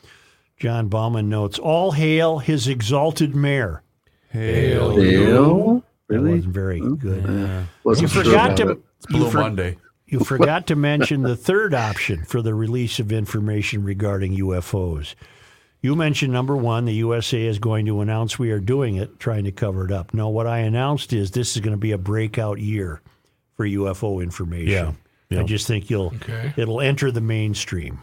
John Bauman notes, "All hail his exalted mayor." Ew. That Really? wasn't very good. You Wasn't sure forgot about to. it. It's Blue you for- Monday. You forgot to mention the third option for the release of information regarding UFOs. You mentioned number one, the USA is going to announce we are doing it, trying to cover it up. No, what I announced is this is going to be a breakout year for UFO information. Yeah, yeah. I just think you'll Okay. it'll enter the mainstream.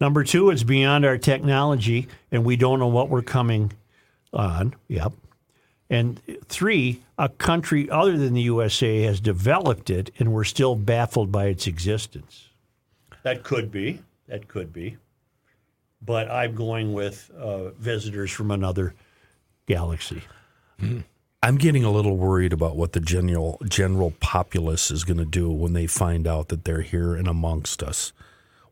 Number two, it's beyond our technology, and we don't know what we're coming on. Yep. And three, a country other than the USA has developed it, and we're still baffled by its existence. That could be. That could be. But I'm going with uh, visitors from another galaxy. I'm getting a little worried about what the general general populace is going to do when they find out that they're here and amongst us.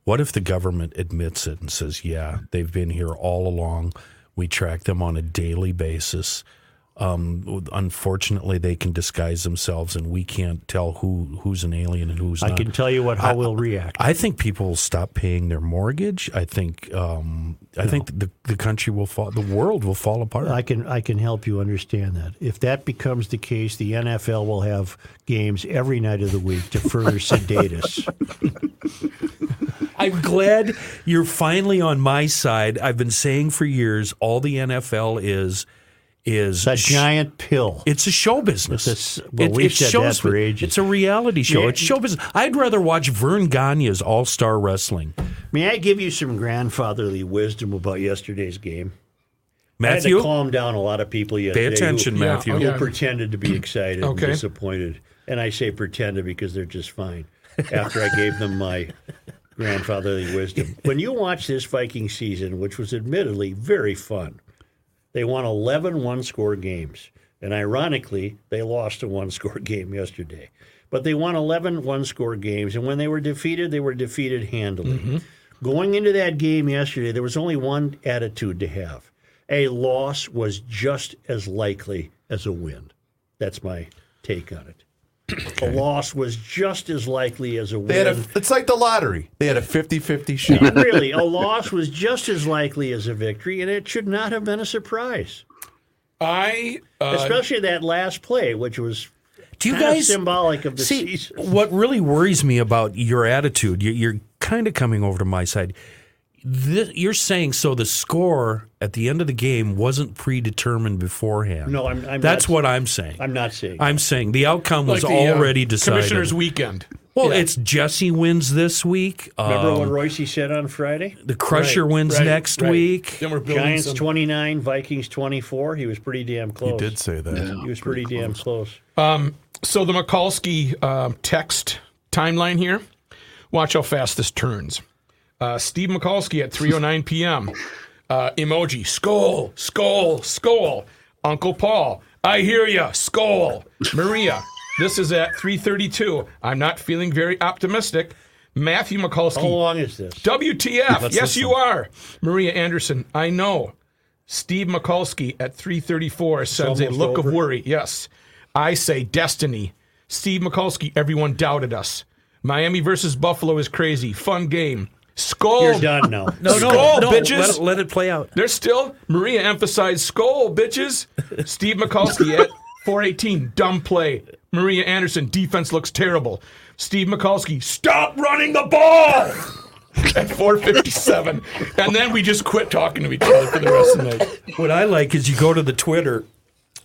What if the government admits it and says, "Yeah, they've been here all along. We track them on a daily basis." Um, unfortunately, they can disguise themselves, and we can't tell who who's an alien and who's I not. can tell you what how we'll react. I think people will stop paying their mortgage. I think um, I think the the country will fall, the world will fall apart. I can I can help you understand that. If that becomes the case, the NFL will have games every night of the week to further sedate us. I'm glad you're finally on my side. I've been saying for years, all the NFL is is That sh- giant pill. It's a show business. It's a s- well, we've said that shows for bu- ages. It's a reality show. Yeah. It's show business. I'd rather watch Vern Gagne's All Star Wrestling. May I give you some grandfatherly wisdom about yesterday's game? I had Matthew, to calm down a lot of people yesterday. pay attention, who, Yeah, Matthew. okay. who pretended to be excited Okay. and disappointed. And I say pretended because they're just fine. After I gave them my grandfatherly wisdom. When you watch this Viking season, which was admittedly very fun, they won 11 one score games. And ironically, they lost a one score game yesterday. But they won 11 one score games. And when they were defeated, they were defeated handily. Mm-hmm. Going into that game yesterday, there was only one attitude to have a loss was just as likely as a win. That's my take on it. A loss was just as likely as a win. They had a, it's like the lottery. They had a 50-50 shot. really, a loss was just as likely as a victory, and it should not have been a surprise, I uh, especially that last play, which was Do you kind of guys symbolic of the see season. what really worries me about your attitude? You're, you're kind of coming over to my side. This, you're saying so the score at the end of the game wasn't predetermined beforehand. No, I'm- I'm that's not- what I'm saying. I'm not saying. I'm saying the outcome was Like the, uh, already decided. Commissioner's weekend. Well, it's Jesse wins this week. Remember um, what Royce said on Friday? the Crusher Right, wins right, next right. week. Then we're building Giants some- 29, Vikings 24. He was pretty damn close. He did say that. He was pretty, damn close. So the Mikulski um, text timeline here. Watch how fast this turns. Uh, Steve Mikulski at 3:09 p.m. Uh, emoji skull skull skull. Uncle Paul, I hear ya. Skull Maria. This is at 3:32. I'm not feeling very optimistic. Matthew Mikulski. How long is this? WTF? Let's yes, listen. you are. Maria Anderson, I know. Steve Mikulski at 3:34 sends a almost look over. of worry. Yes, I say destiny. Steve Mikulski, everyone doubted us. Miami versus Buffalo is crazy. Fun game. Skull. You're done now. No, no, Skull, no, bitches. Let, it- let it play out. There's still Maria emphasized skull bitches. Steve Mikulski at 418 dumb play. Maria Anderson defense looks terrible. Steve Mikulski stop running the ball at 457, and then we just quit talking to each other for the rest of the night. What I like is you go to the Twitter.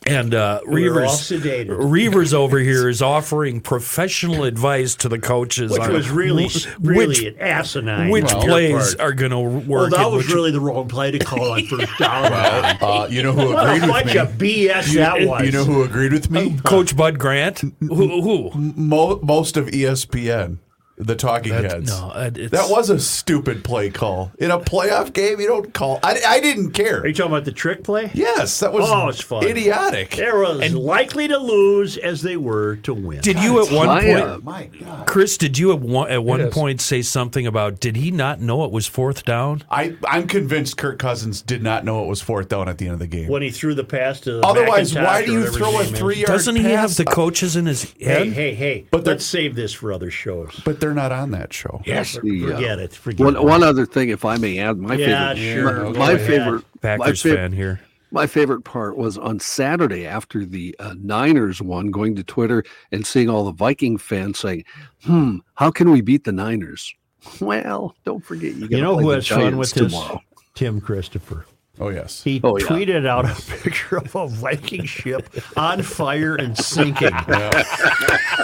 And uh, We're all Reavers, sedated. Reavers over here is offering professional advice to the coaches, Which on was really, really which, asinine. which on your plays part. are going to Well, work. that and was which- really the wrong play to call on first down. Uh, you know who what agreed a bunch of Oh, with me? BS that was. You know who agreed with me? Coach Bud Grant, who, who? Mo- most of E ESPN, the talking heads. no, it- it's- that was a stupid play call in a playoff game. You don't call. I, I didn't care. Are you talking about the trick play? Yes, that was Oh, it's fun. idiotic. They were as likely to lose as they were to win. Did you at one Lion. point, Chris? Did you at one, at one point say something about? Did he not know it was fourth down? I, I'm convinced Kirk Cousins did not know it was fourth down at the end of the game. when he threw the pass to the Otherwise, McIntosh why or do you whatever his throw a name is. three yard Doesn't he have the coaches in his head? Hey, hey, hey! But But they're- let's save this for other shows. But they're not on that show. Yes. The, uh, Forget it. Forget One, it. one other thing, if I may add, my Yeah, favorite, sure, my- go my, ahead. favorite, my, Packers fav- fan here. my favorite part was on Saturday after the uh, Niners won, going to Twitter and seeing all the Viking fans saying, "Hmm, how can we beat the Niners?" Well, don't forget you. you gotta know play who the has fun with Giants this? tomorrow. Tim Christopher. Oh yes. He Oh, yeah. tweeted out a picture of a Viking ship on fire and sinking.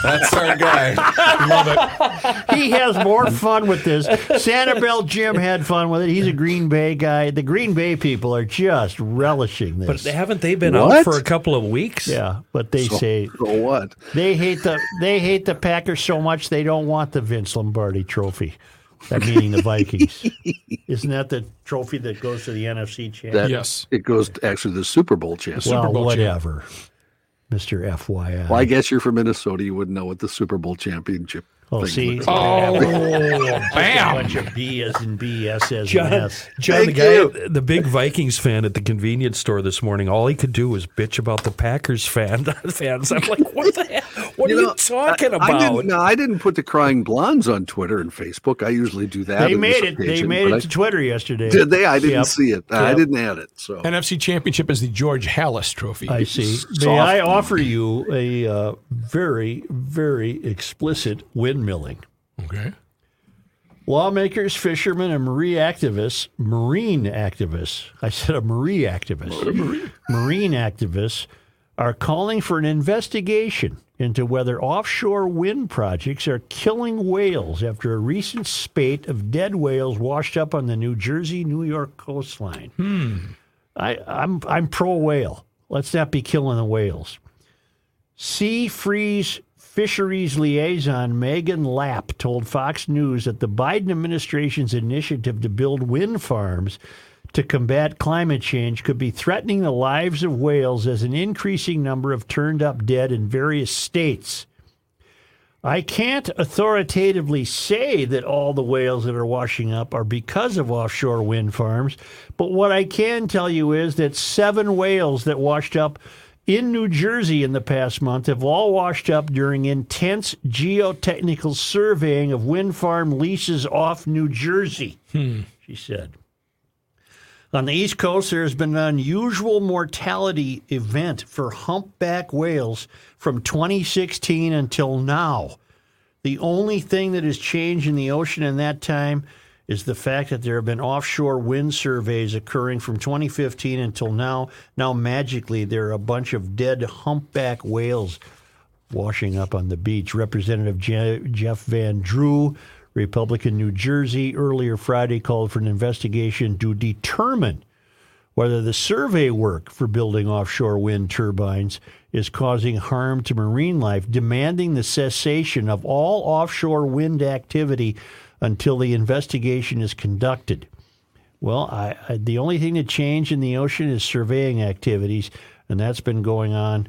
That's our guy. he has more fun with this. Sanibel Jim had fun with it. He's a Green Bay guy. The Green Bay people are just relishing But this. haven't they been out What? for a couple of weeks? yeah, but they say So what? they hate the they hate the Packers so much they don't want the Vince Lombardi Trophy. That meaning the Vikings. Isn't that the trophy that goes to the NFC That Championship? Yes. it goes to actually the Super Bowl champion. well, Super Bowl champ. whatever, Mister FYI. Well, I guess you're from Minnesota. You wouldn't know what the Super Bowl championship. oh, thing see, was. Oh, a bam. bunch of B as in B, S as in John, S. John the Thank guy, you. the big Vikings fan at the convenience store this morning, all he could do was bitch about the Packers fan fans. I'm like, what the hell? What are know, you talking I- about? I didn't, no, I didn't put the crying blondes on Twitter and Facebook. I usually do that. They on this made it. They occasion, made but it I- to Twitter yesterday. Did they? I didn't Yep. see it. I Yep. didn't add it. So NFC Championship is the George Hallis Trophy. I see. May I offer you a uh, very, very explicit windmilling? Okay. Lawmakers, fishermen, and marine activists, marine activists, I said a marine activist, marine activists are calling for an investigation into whether offshore wind projects are killing whales after a recent spate of dead whales washed up on the New Jersey New York coastline. I, I'm, I'm pro whale. Let's not be killing the whales. Sea Freeze Fisheries Liaison Megan Lapp told Fox News that the Biden administration's initiative to build wind farms to combat climate change could be threatening the lives of whales as an increasing number have turned up dead in various states. I can't authoritatively say that all the whales that are washing up are because of offshore wind farms, but what I can tell you is that seven whales that washed up in New Jersey in the past month have all washed up during intense geotechnical surveying of wind farm leases off New Jersey, she said. On the East Coast, there has been an unusual mortality event for humpback whales from 2016 until now. The only thing that has changed in the ocean in that time is the fact that there have been offshore wind surveys occurring from 2015 until now. Now, magically, there are a bunch of dead humpback whales washing up on the beach. Representative Je- Jeff Van Drew, Republican New Jersey, earlier Friday called for an investigation to determine whether the survey work for building offshore wind turbines is causing harm to marine life, demanding the cessation of all offshore wind activity until the investigation is conducted. Well, I, I, the only thing that changed in the ocean is surveying activities, and that's been going on.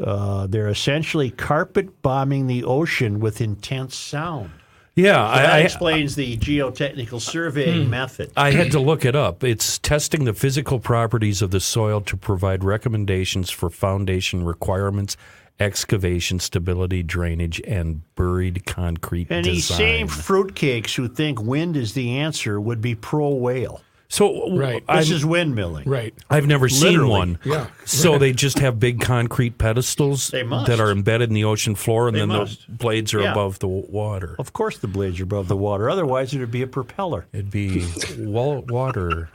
Uh, they're essentially carpet bombing the ocean with intense sound. Yeah, So that I, Hmm. I, explains the geotechnical surveying method. I had to look it up. It's testing the physical properties of the soil to provide recommendations for foundation requirements, excavation, stability, drainage, and buried concrete and these same design. fruitcakes who think wind is the answer would be pro whale. so Right. i This is windmilling. Right. I've never seen Literally. one. Yeah. So they just have big concrete pedestals They must. that are embedded in the ocean floor, and They then the must. blades are Yeah. above the water. Of course, the blades are above the water. Otherwise, it'd be a propeller. It'd be wa- water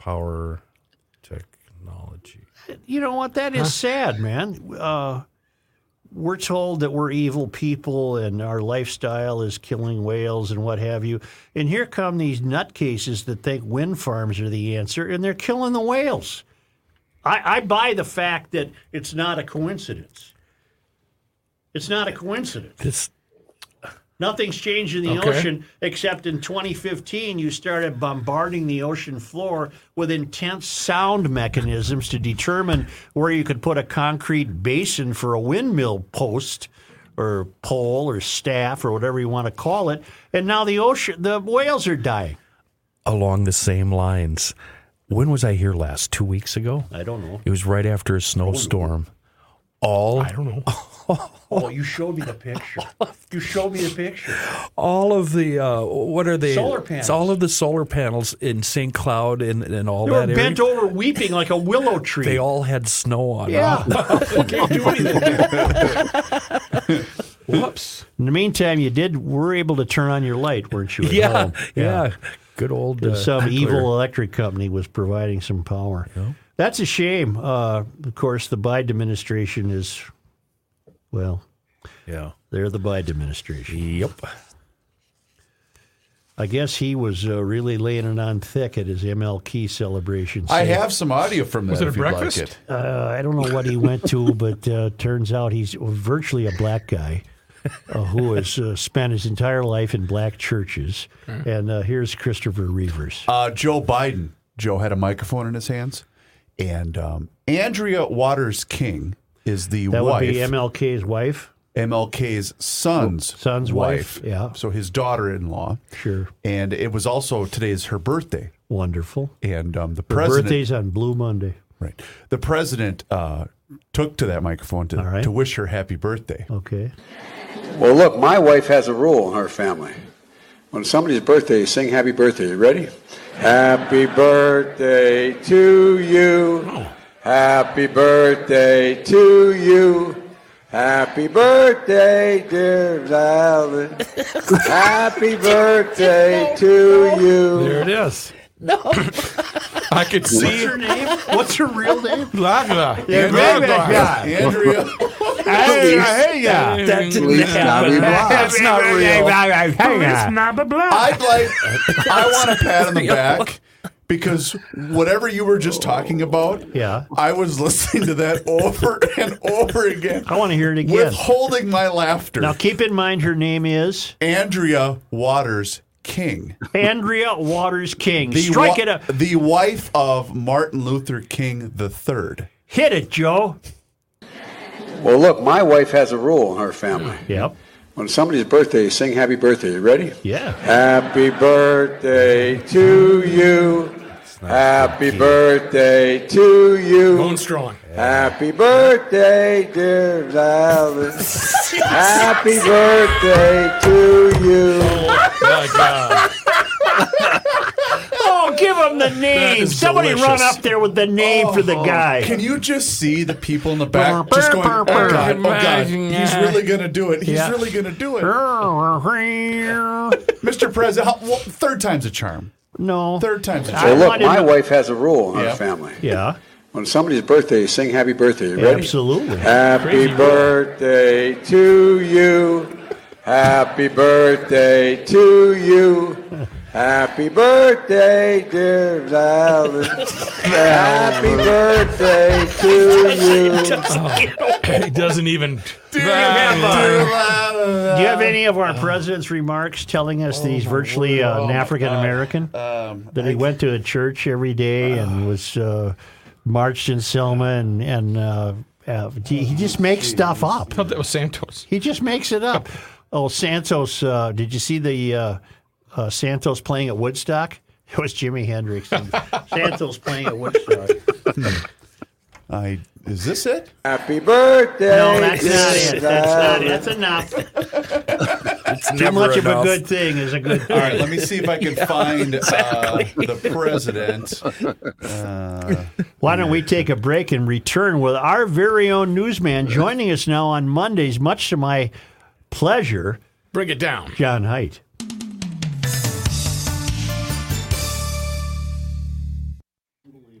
power technology. You know what? That is sad, man. Uh, we're told that we're evil people and our lifestyle is killing whales and what have you. And here come these nutcases that think wind farms are the answer, and they're killing the whales. I, I buy the fact that it's not a coincidence. It's not a coincidence. This Nothing's changed in the Okay. ocean except in 2015 you started bombarding the ocean floor with intense sound mechanisms to determine where you could put a concrete basin for a windmill post or pole or staff or whatever you want to call it and now the ocean the whales are dying. along the same lines. When was I here last? Two weeks ago? I don't know. It was right after a snowstorm. All I don't know. Oh, you showed me the picture. You showed me the picture. all of the uh, what are they? Solar It's all panels. of the solar panels in St. Cloud and, and all They were that area. bent over weeping like a willow tree. They all had snow on. them. yeah. Can't do anything. Whoops. In the meantime, you did were able to turn on your light, weren't you? at yeah, home? yeah, Good old uh, some nuclear. evil electric company was providing some power. That's a shame. Uh, of course, the Biden administration is, well, Yeah. they're the Biden administration. Yep. I guess he was uh, really laying it on thick at his MLK celebration. I So, have some audio from that. Was it a if you'd like breakfast? it. Uh, I don't know what he went to, but uh, turns out he's virtually a black guy. Uh, who has uh, spent his entire life in black churches. And uh, here's Christopher Reavers. Uh, Joe Biden. Joe had a microphone in his hands, and um, Andrea Waters King is the That would wife, be MLK's wife. MLK's son's Oh, Son's wife, yeah. so his daughter-in-law. Sure. And it was also today is her birthday, Wonderful. and um, the Her president, birthday's on Blue Monday. right? The president uh, took to that microphone to, All right. Oh. to wish her happy birthday. Okay. Well, look, my wife has a rule in her family. When somebody's birthday, you sing happy birthday. You ready? Happy birthday to you. Happy birthday to you. Happy birthday, dear Valen. Happy birthday to you. There it is. No. I could see her name? What's her real name? Glagla. Andrea, That didn't Please not be happen. blocked. That's not real. I'd like, I want a pat on the back because whatever you were just talking about, Yeah. I was listening to that over and over again. I want to hear it again. Withholding my laughter. Now, keep in mind her name is Andrea Waters King, Andrea Waters King. Strike wa- it up. the wife of Martin Luther King III. Hit it, Joe. Well, look, my wife has a rule in her family. Yep. When somebody's birthday, you sing happy birthday. You ready? Yeah. Happy birthday to you. Happy birthday to you. Going strong. Happy birthday, dear Dallas. Happy birthday to you. My God. Oh, give him them the name. is Somebody run delicious. Oh. up there with the name for the guy. Can you just see the people in the back just going, oh God, oh God, he's really going to do it. He's Yeah. really going to do it. Mr. President, how, well, third time's a charm. No. Third time's a Hey, charm. look, my wife has a rule in our family. Yeah. When somebody's birthday, sing happy birthday. You ready? Absolutely. Happy birthday to you. Happy birthday to you. Happy birthday, dear Valen. Happy birthday to you. he doesn't even. Do you have any of our president's remarks telling us that he's virtually uh, an African American? that he went to a church every day and was uh, marched in Selma and and uh, uh, he, he just makes stuff up. thought that was Santos. He just makes it up. Oh, Santos! Uh, did you see the uh, uh, Santos playing at Woodstock? It was Jimi Hendrix. and Santos playing at Woodstock. I, is this it? Happy birthday. No, that's not dear it. That's not it. Valen. That's enough. It's Too never much of a enough. good thing is a good All thing. right, let me see if I can find uh, the president. Uh, Why don't we take a break and return with our very own newsman joining us now on Mondays, much to my pleasure, Bring it down. John Haidt.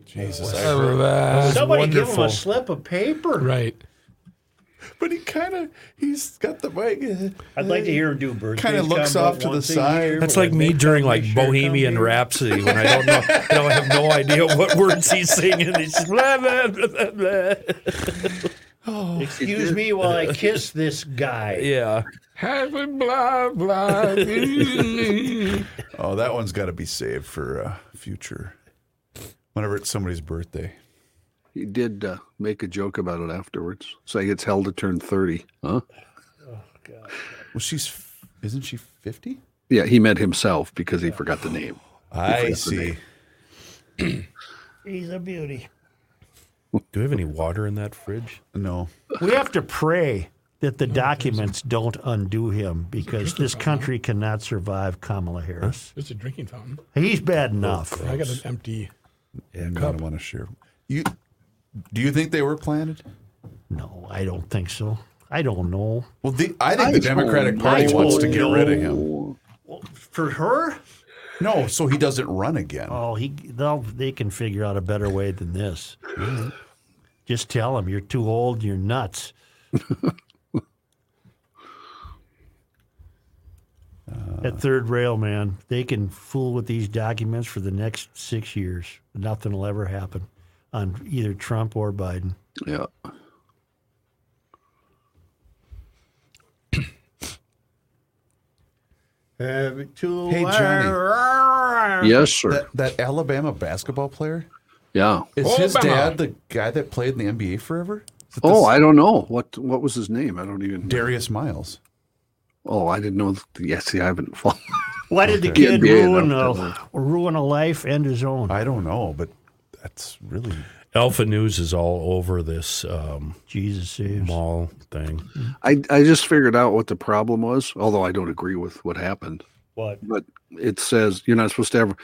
Jesus, I Somebody wonderful. slip of paper. right. But he kind of, he's got the mic. I'd like to hear him do birds. Kind of looks off to the side. That's like me during like Bohemian Rhapsody when I don't know, I don't have no idea what words he's singing. He's just blah, blah, blah, blah, blah. Excuse me while I kiss this guy. Yeah. Happy blah blah. Oh, that one's got to be saved for uh, future. Whenever it's somebody's birthday. He did uh, make a joke about it afterwards, saying it's hell to turn 30. Huh? Well, she's f- isn't she fifty? Yeah, he meant himself because he forgot the name. I see. He's a beauty. Do we have any water in that fridge? No, We have to pray that the documents don't undo him because this country cannot survive Kamala Harris. There's a drinking fountain. He's bad enough. I got an empty. yeah, I don't want to share. You do you think they were planted? No, I don't think so. I don't know. Well, the, I think the Democratic don't Party wants to know. get rid of him. For her? No, so he doesn't run again. Oh, he they'll they can figure out a better way than this. Just tell him you're too old, you're nuts. that third rail man, they can fool with these documents for the next six years. Nothing will ever happen on either Trump or Biden. Yeah. Hey, Johnny. Yes, sir. That, that Alabama basketball player yeah. is his Alabama. dad the guy that played in the NBA forever? Is it Oh, this- I don't know what what was his name. I don't even. Darius Miles. Oh, I didn't know. Yes, see, I haven't followed. Why did the Okay. kid NBA, ruin no. a, ruin a life and his own? I don't know, but that's really Alpha News is all over this um, Jesus saves. mall thing. I I just figured out what the problem was, although I don't agree with what happened. What? But it says you're not supposed to ever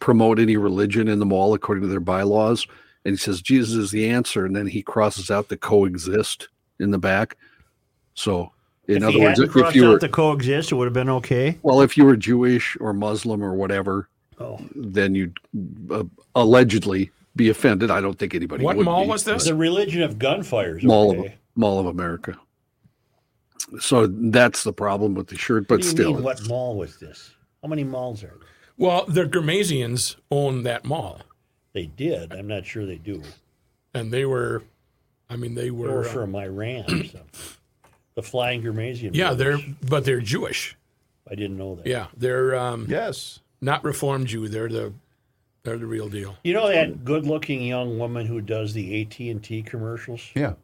promote any religion in the mall according to their bylaws. And he says Jesus is the answer, and then he crosses out the coexist in the back. So, in if other he words, hadn't if crossed you were out the coexist, it would have been okay. well, if you were Jewish or Muslim or whatever, Oh. then you'd uh, allegedly be offended. I don't think anybody. What would mall be. was this? The religion of gunfires. Mall of Mall of America. So that's the problem with the shirt, but What do you still, mean, what mall was this? How many malls are there? Well, the Gramasians own that mall, They did. I'm not sure they do. and they were, I mean, they They were were. uh, from Iran or something. The Flying Ghermesian. yeah, they're Brothers. but they're Jewish. I didn't know that. Yeah, they're um, yes. not Reformed Jew. They're the they're the real deal. You know that good-looking young woman who does the AT and T commercials? Yeah.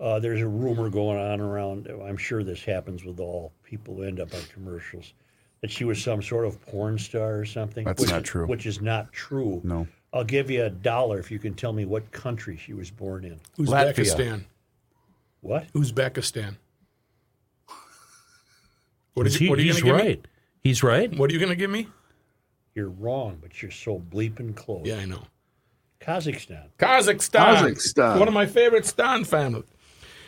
Uh, there's a rumor going on around. I'm sure this happens with all people who end up on commercials. That she was some sort of porn star or something. That's which not is- true. Which is not true. No. I'll give you a dollar if you can tell me what country she was born in. Latvia. Uzbekistan. What? Uzbekistan. What Is is he- what are you he's gonna give me? right. He's right. What are you going to give me? You're wrong, but you're so bleeping close. Yeah, I know. Kazakhstan. Kazakhstan. Kazakhstan. One of my favorite Stan family.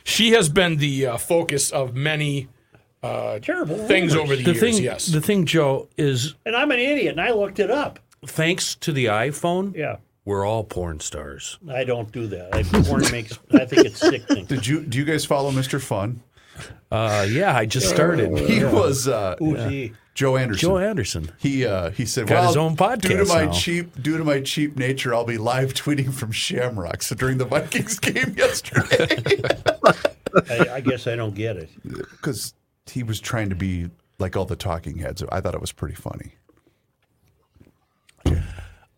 She has been the uh, focus of many uh, terrible things rumors. over the, the years. thing, yes. the thing, Joe, is And I'm an idiot, and I looked it up. thanks to the iPhone, Yeah, we're all porn stars. I don't do that. I porn makes. I think it's sickening. Did you do you guys follow Mr. Fun? Uh, yeah, I just started. He was uh, Uzi. Joe Anderson. Joe Anderson. He uh, he said, Got "Well, his own due to podcast my now." cheap due to my cheap nature, I'll be live tweeting from Shamrock." So during the Vikings game yesterday, I, I guess I don't get it. because he was trying to be like all the talking heads, I thought it was pretty funny.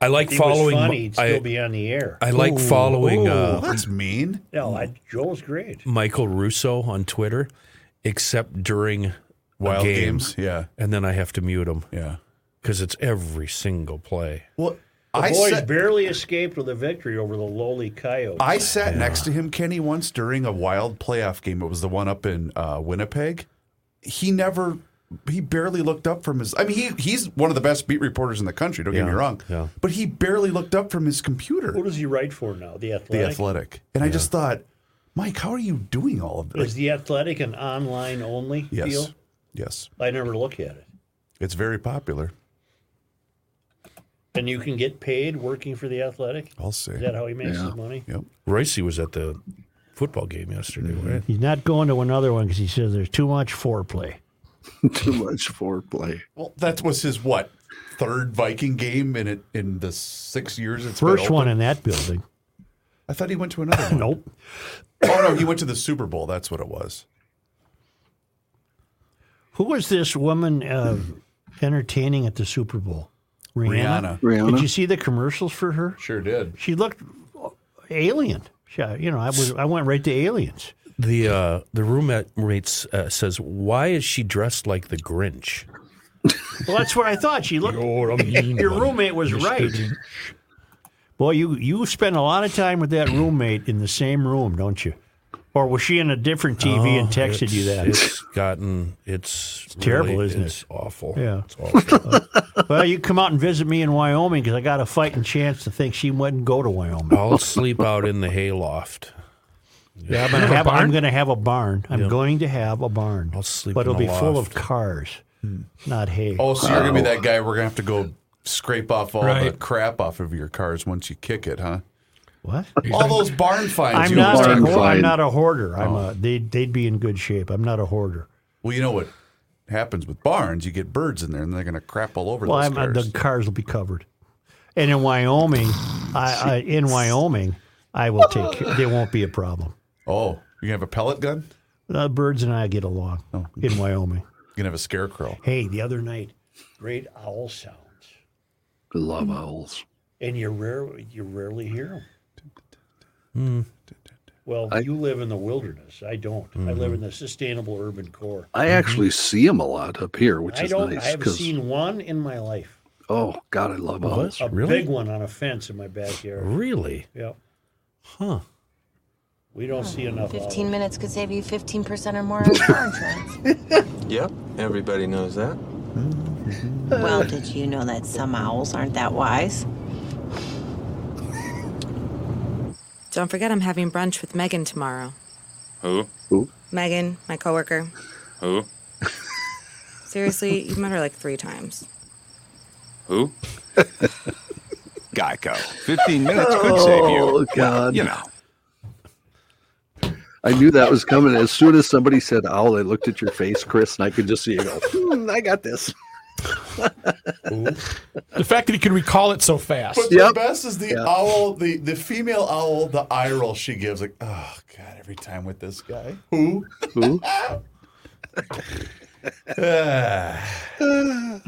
I like If he was following. funny, he'd still I, be on the air. I like following Well, uh, that's mean. No, I, Joel's great. Michael Russo on Twitter, except during Wild a game, games, yeah, and then I have to mute him yeah. because it's every single play. Well, The I boys sat, barely escaped with a victory over the lowly Coyotes. I sat next to him, Kenny, once during a wild playoff game. It was the one up in uh, Winnipeg. He never, he barely looked up from his. I mean, he he's one of the best beat reporters in the country. Don't get me Yeah, wrong, yeah. but he barely looked up from his computer. Who does he write for now? The Athletic. The Athletic, and I just thought, Mike, how are you doing all of this? Is the Athletic an online only yes, deal? yes, I never look at it. it's very popular. And you can get paid working for the Athletic. I'll say. Is that how he makes Yeah. his money? Yep. Ricey was at the football game yesterday, right? He's not going to another one because he says there's too much foreplay. Too much foreplay. Well, that was his what third Viking game in it in the six years it's been First open? one in that building. I thought he went to another one. Nope. Oh no, he went to the Super Bowl. That's what it was. Who was this woman uh, entertaining at the Super Bowl? Rihanna. Rihanna. Rihanna? Did you see the commercials for her? Sure did. She looked alien. She, uh, you know, I was I went right to aliens. The uh, the roommate roommates, uh, says, "Why is she dressed like the Grinch?" Well, that's what I thought. She looked. You're a mean Your one, roommate was Mr. right. Grinch. Boy, you you spend a lot of time with that roommate in the same room, don't you? Or was she in a different TV Oh, and texted you It's- that? It's gotten it's, terrible, really- isn't it? it's Awful. Yeah. it's awful. Well, you come out and visit me in Wyoming because I got a fighting chance to think she wouldn't go to Wyoming. I'll sleep out in the hayloft. Yeah, I'm I'm gonna gonna have a have- I'm barn. going to have a barn. I'm going to have a barn. I'll sleep but in it'll a be full loft. of cars, not hay. Oh, so you're gonna be that guy. We're gonna have to go scrape off all the Right. crap off of your cars once you kick it, huh? What? All those barn finds. I'm you not. always A, talk barn about. ho- I'm find. not a hoarder. I'm a. They they'd be in good shape. I'm not a hoarder. Well, you know what happens with barns? You get birds in there, and they're gonna crap all over Well, those I'm, uh, cars. the cars will be covered. And in Wyoming, I, I in Wyoming, I will take. care. There won't be a problem. Oh, you have a pellet gun? The birds and I get along in Wyoming. You can have a scarecrow. Hey, the other night, great owl sounds, Hmm. I love owls. and you rarely you rarely hear them. Hmm. Well, you live in the wilderness. I don't. I live in the sustainable urban core. I actually see them a lot up here, which I is don't. I nice. haven't 'cause- seen one in my life. oh God, I love owls. A Really? big one on a fence in my backyard. Really? Yeah, Huh? we don't see enough. owls. 15 minutes could save you 15% or more on car insurance. Yep, everybody knows that. well, did you know that some owls aren't that wise? Don't forget I'm having brunch with Megan tomorrow. Who? Megan, my coworker. Who? Seriously, you've met her like three times. Who? Geico. 15 minutes could save Oh you. God, You know. I knew that was coming. As soon as somebody said owl, I looked at your face, Chris, and I could just see you go. Hmm, I got this. The fact that he could recall it so fast. But the Yep. best is the Yeah. owl, the, the female owl, the eye roll she gives. Like, oh, God, every time with this guy. Who? Who?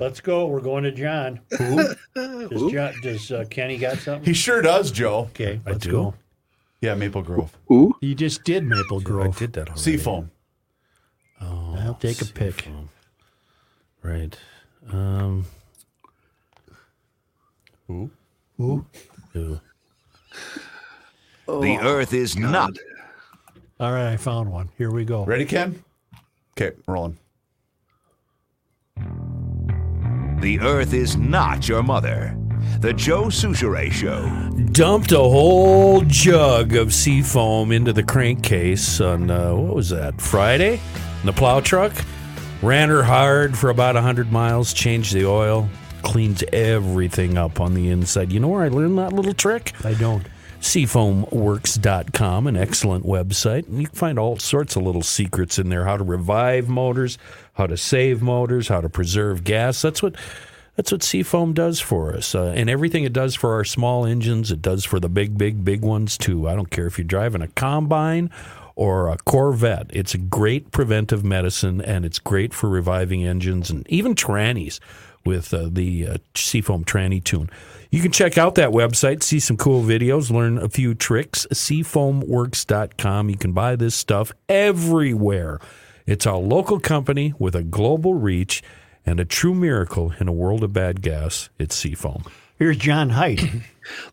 Let's go. We're going to John. Who? Does, John, does uh, Kenny got something? He sure does, Joe. Okay, I let's do? go. Yeah, Maple Grove. Who? You just did Maple I Grove. did that already. Seafoam. I'll take a pick. Right. Um, Who? who? the earth is not. All right, I found one. Here we go. Ready, Ken? Okay, rolling. The Earth is not your mother. The Joe Souchere Show. Dumped a whole jug of sea foam into the crankcase on, uh, what was that, Friday? In the plow truck. Ran her hard for about 100 miles, changed the oil, cleans everything up on the inside. You know where I learned that little trick? I don't. Seafoamworks.com, an excellent website. And you can find all sorts of little secrets in there how to revive motors, how to save motors, how to preserve gas. That's what. That's what Seafoam does for us. Uh, and everything it does for our small engines, it does for the big, big, big ones too. I don't care if you're driving a combine or a Corvette. It's a great preventive medicine and it's great for reviving engines and even trannies with uh, the uh, Seafoam Tranny Tune. You can check out that website, see some cool videos, learn a few tricks. Seafoamworks.com. You can buy this stuff everywhere. It's a local company with a global reach and a true miracle in a world of bad gas. It's Seafoam. Here's John Height.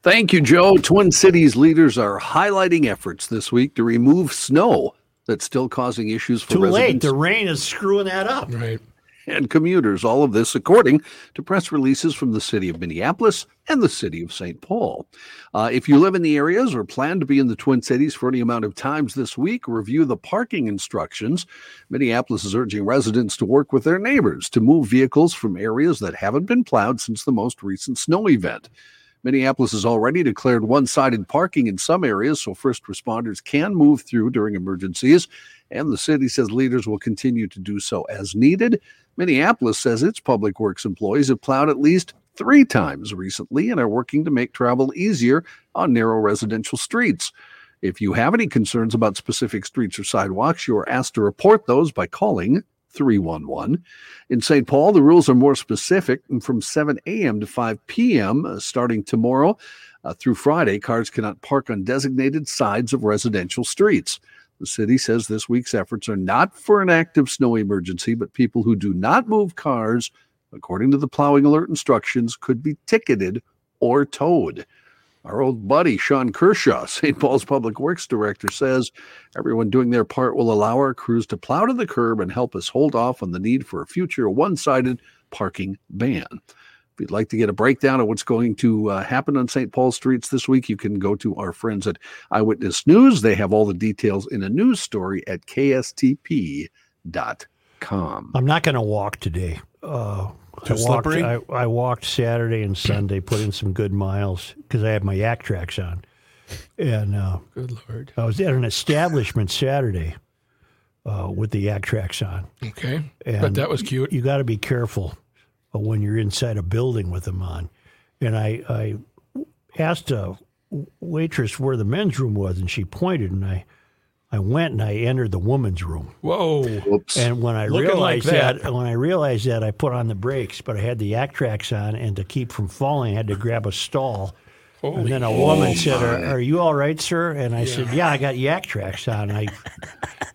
Thank you, Joe. Twin Cities leaders are highlighting efforts this week to remove snow that's still causing issues for Too late. residents The rain is screwing that up. Right. and commuters. All of this, according to press releases from the city of Minneapolis and the city of St. Paul. Uh, if you live in the areas or plan to be in the Twin Cities for any amount of times this week, review the parking instructions. Minneapolis is urging residents to work with their neighbors to move vehicles from areas that haven't been plowed since the most recent snow event. Minneapolis has already declared one sided parking in some areas so first responders can move through during emergencies. And the city says leaders will continue to do so as needed. Minneapolis says its public works employees have plowed at least three times recently and are working to make travel easier on narrow residential streets. If you have any concerns about specific streets or sidewalks, you are asked to report those by calling 311. In St. Paul, the rules are more specific and from 7 a.m. to 5 p.m. uh, starting tomorrow uh, through Friday. Cars cannot park on designated sides of residential streets. The city says this week's efforts are not for an active snow emergency, but people who do not move cars, according to the plowing alert instructions, could be ticketed or towed. Our old buddy Sean Kershaw, St. Paul's Public Works Director, says everyone doing their part will allow our crews to plow to the curb and help us hold off on the need for a future one sided parking ban. If you'd like to get a breakdown of what's going to uh, happen on St. Paul streets this week, you can go to our friends at Eyewitness News. They have all the details in a news story at kstp.com. I'm not going to walk today. Uh, Too I walked, slippery? I, I walked Saturday and Sunday, put in some good miles because I had my yak tracks on. And uh, good lord, I was at an establishment Saturday uh, with the yak tracks on. Okay. And but that was cute. You got to be careful uh, when you're inside a building with them on. And I, I asked a waitress where the men's room was, and she pointed, and I, I went and I entered the woman's room. Whoa. And when I Looking like realized that. when I realized that, I put on the brakes, but I had the yak tracks on, and to keep from falling, I had to grab a stall. and then a woman oh said, my. are, "Are you all right, sir?" And I said, "Yeah, I got yak tracks on." I,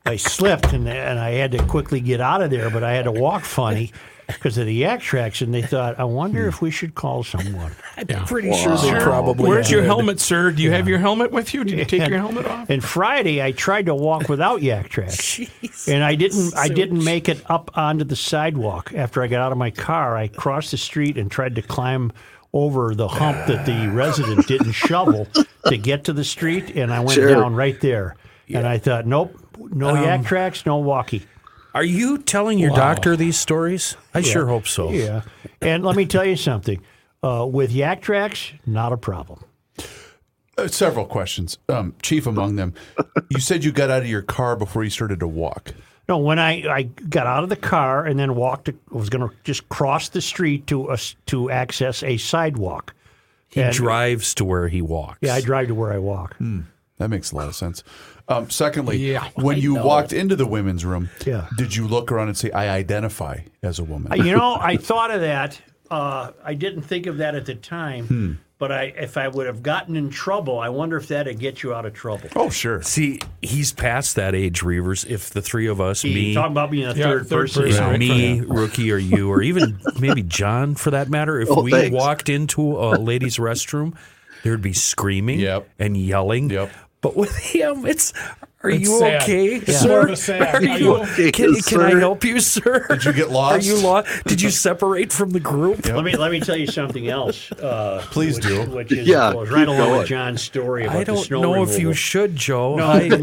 I slipped and and I had to quickly get out of there, but I had to walk funny because of the yak tracks. And they thought, "I Hmm. wonder if we should call someone." Yeah. pretty sure they Sir, probably Where's your did. helmet, sir? Do you have your helmet with you? Did you take your helmet off? And Friday, I tried to walk without yak tracks, and I didn't. I didn't make it up onto the sidewalk. After I got out of my car, I crossed the street and tried to climb over the hump that the resident didn't shovel to get to the street, and I went Sure. down right there. And I thought, nope, no yak Um, tracks, no walkie. Are you telling your Wow. doctor these stories? I Yeah. sure hope so. Yeah. And let me tell you something. Uh, with yak tracks, not a problem. Uh, several questions, um, chief among them. you said you got out of your car before you started to walk. No, when I, I got out of the car and then walked, I was going to just cross the street to us to access a sidewalk. He And- drives to where he walks. Yeah, I drive to where I walk. Hmm. That makes a lot of sense. Um, secondly, Yeah, when I you know. walked into the women's room, Yeah. did you look around and say, I identify as a woman? you know, I thought of that. Uh, I didn't think of that at the time, Hmm. but I if I would have gotten in trouble, I wonder if that'd get you out of trouble. Oh, sure. See, he's past that age, Reavers. If the three of us, You're me, talking about being a Yeah, third person, yeah, right? me, Yeah. rookie, or you, or even maybe John, for that matter, if Oh, we thanks. walked into a ladies' restroom, there'd be screaming and yelling. Yep. But with him, it's are It's you sad. okay, It's sir? sort of sad. Are you okay? Can, can I sir? help you, sir? Did you get lost? Are you lost? Did you separate from the group? Let me let me tell you something else. Uh, Please which, do. Which is Yeah, goes right keep along going. with John's story about I the don't snow know if removal. you should, Joe. No, I- the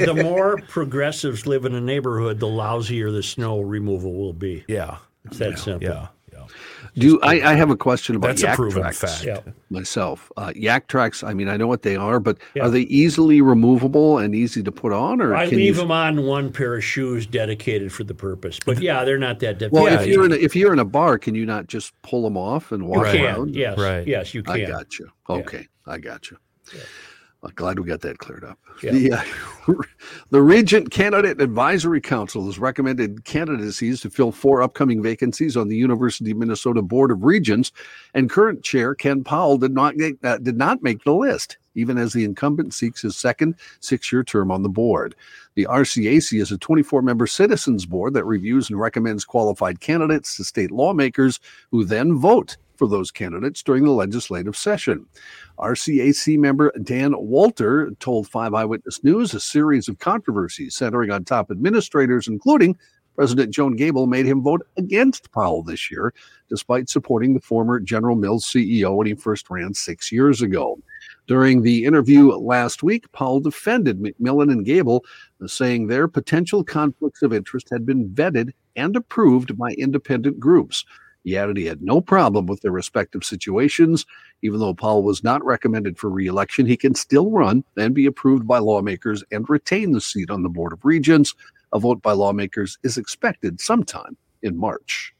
more the more progressives live in a neighborhood, the lousier the snow removal will be. Yeah, it's that simple. Yeah. Do you, I, I have a question about That's a yak proven tracks fact. Yep. myself. Uh, yak tracks. I mean, I know what they are, but are they easily removable and easy to put on, or I can leave you? them on one pair of shoes dedicated for the purpose. But yeah, they're not that difficult. Well, if you're in a, if you're in a bar, can you not just pull them off and walk can, around? yes, Right. yes, you I can. got you. Okay, I got you. Well, glad we got that cleared up. Yeah. The, uh, the Regent Candidate Advisory Council has recommended candidacies to fill four upcoming vacancies on the University of Minnesota Board of Regents, and current chair Ken Powell did not make, uh, did not make the list, even as the incumbent seeks his second six-year term on the board. The RCAC is a 24-member citizens board that reviews and recommends qualified candidates to state lawmakers, who then vote for those candidates during the legislative session. RCAC member Dan Walter told Five Eyewitness News a series of controversies centering on top administrators, including President Joan Gable, made him vote against Powell this year, despite supporting the former General Mills CEO when he first ran six years ago. During the interview last week, Powell defended McMillan and Gable, saying their potential conflicts of interest had been vetted and approved by independent groups. He added he had no problem with their respective situations. Even though Powell was not recommended for reelection, he can still run and be approved by lawmakers and retain the seat on the Board of Regents. A vote by lawmakers is expected sometime in March.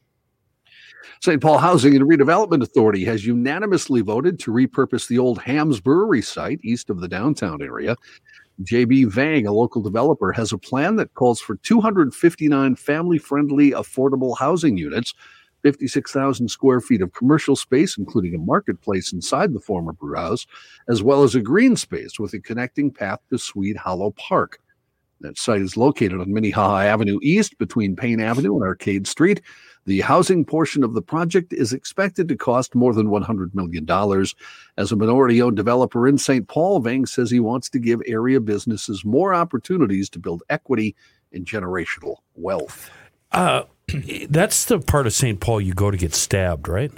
St. Paul Housing and Redevelopment Authority has unanimously voted to repurpose the old Hams Brewery site east of the downtown area. JB Vang, a local developer, has a plan that calls for 259 family friendly, affordable housing units, 56,000 square feet of commercial space, including a marketplace inside the former brew house, as well as a green space with a connecting path to Swede Hollow Park. That site is located on Minnehaha Avenue East between Payne Avenue and Arcade Street. The housing portion of the project is expected to cost more than $100 million. As a minority owned developer in St. Paul, Vang says he wants to give area businesses more opportunities to build equity and generational wealth. Uh, that's the part of St. Paul you go to get stabbed, right?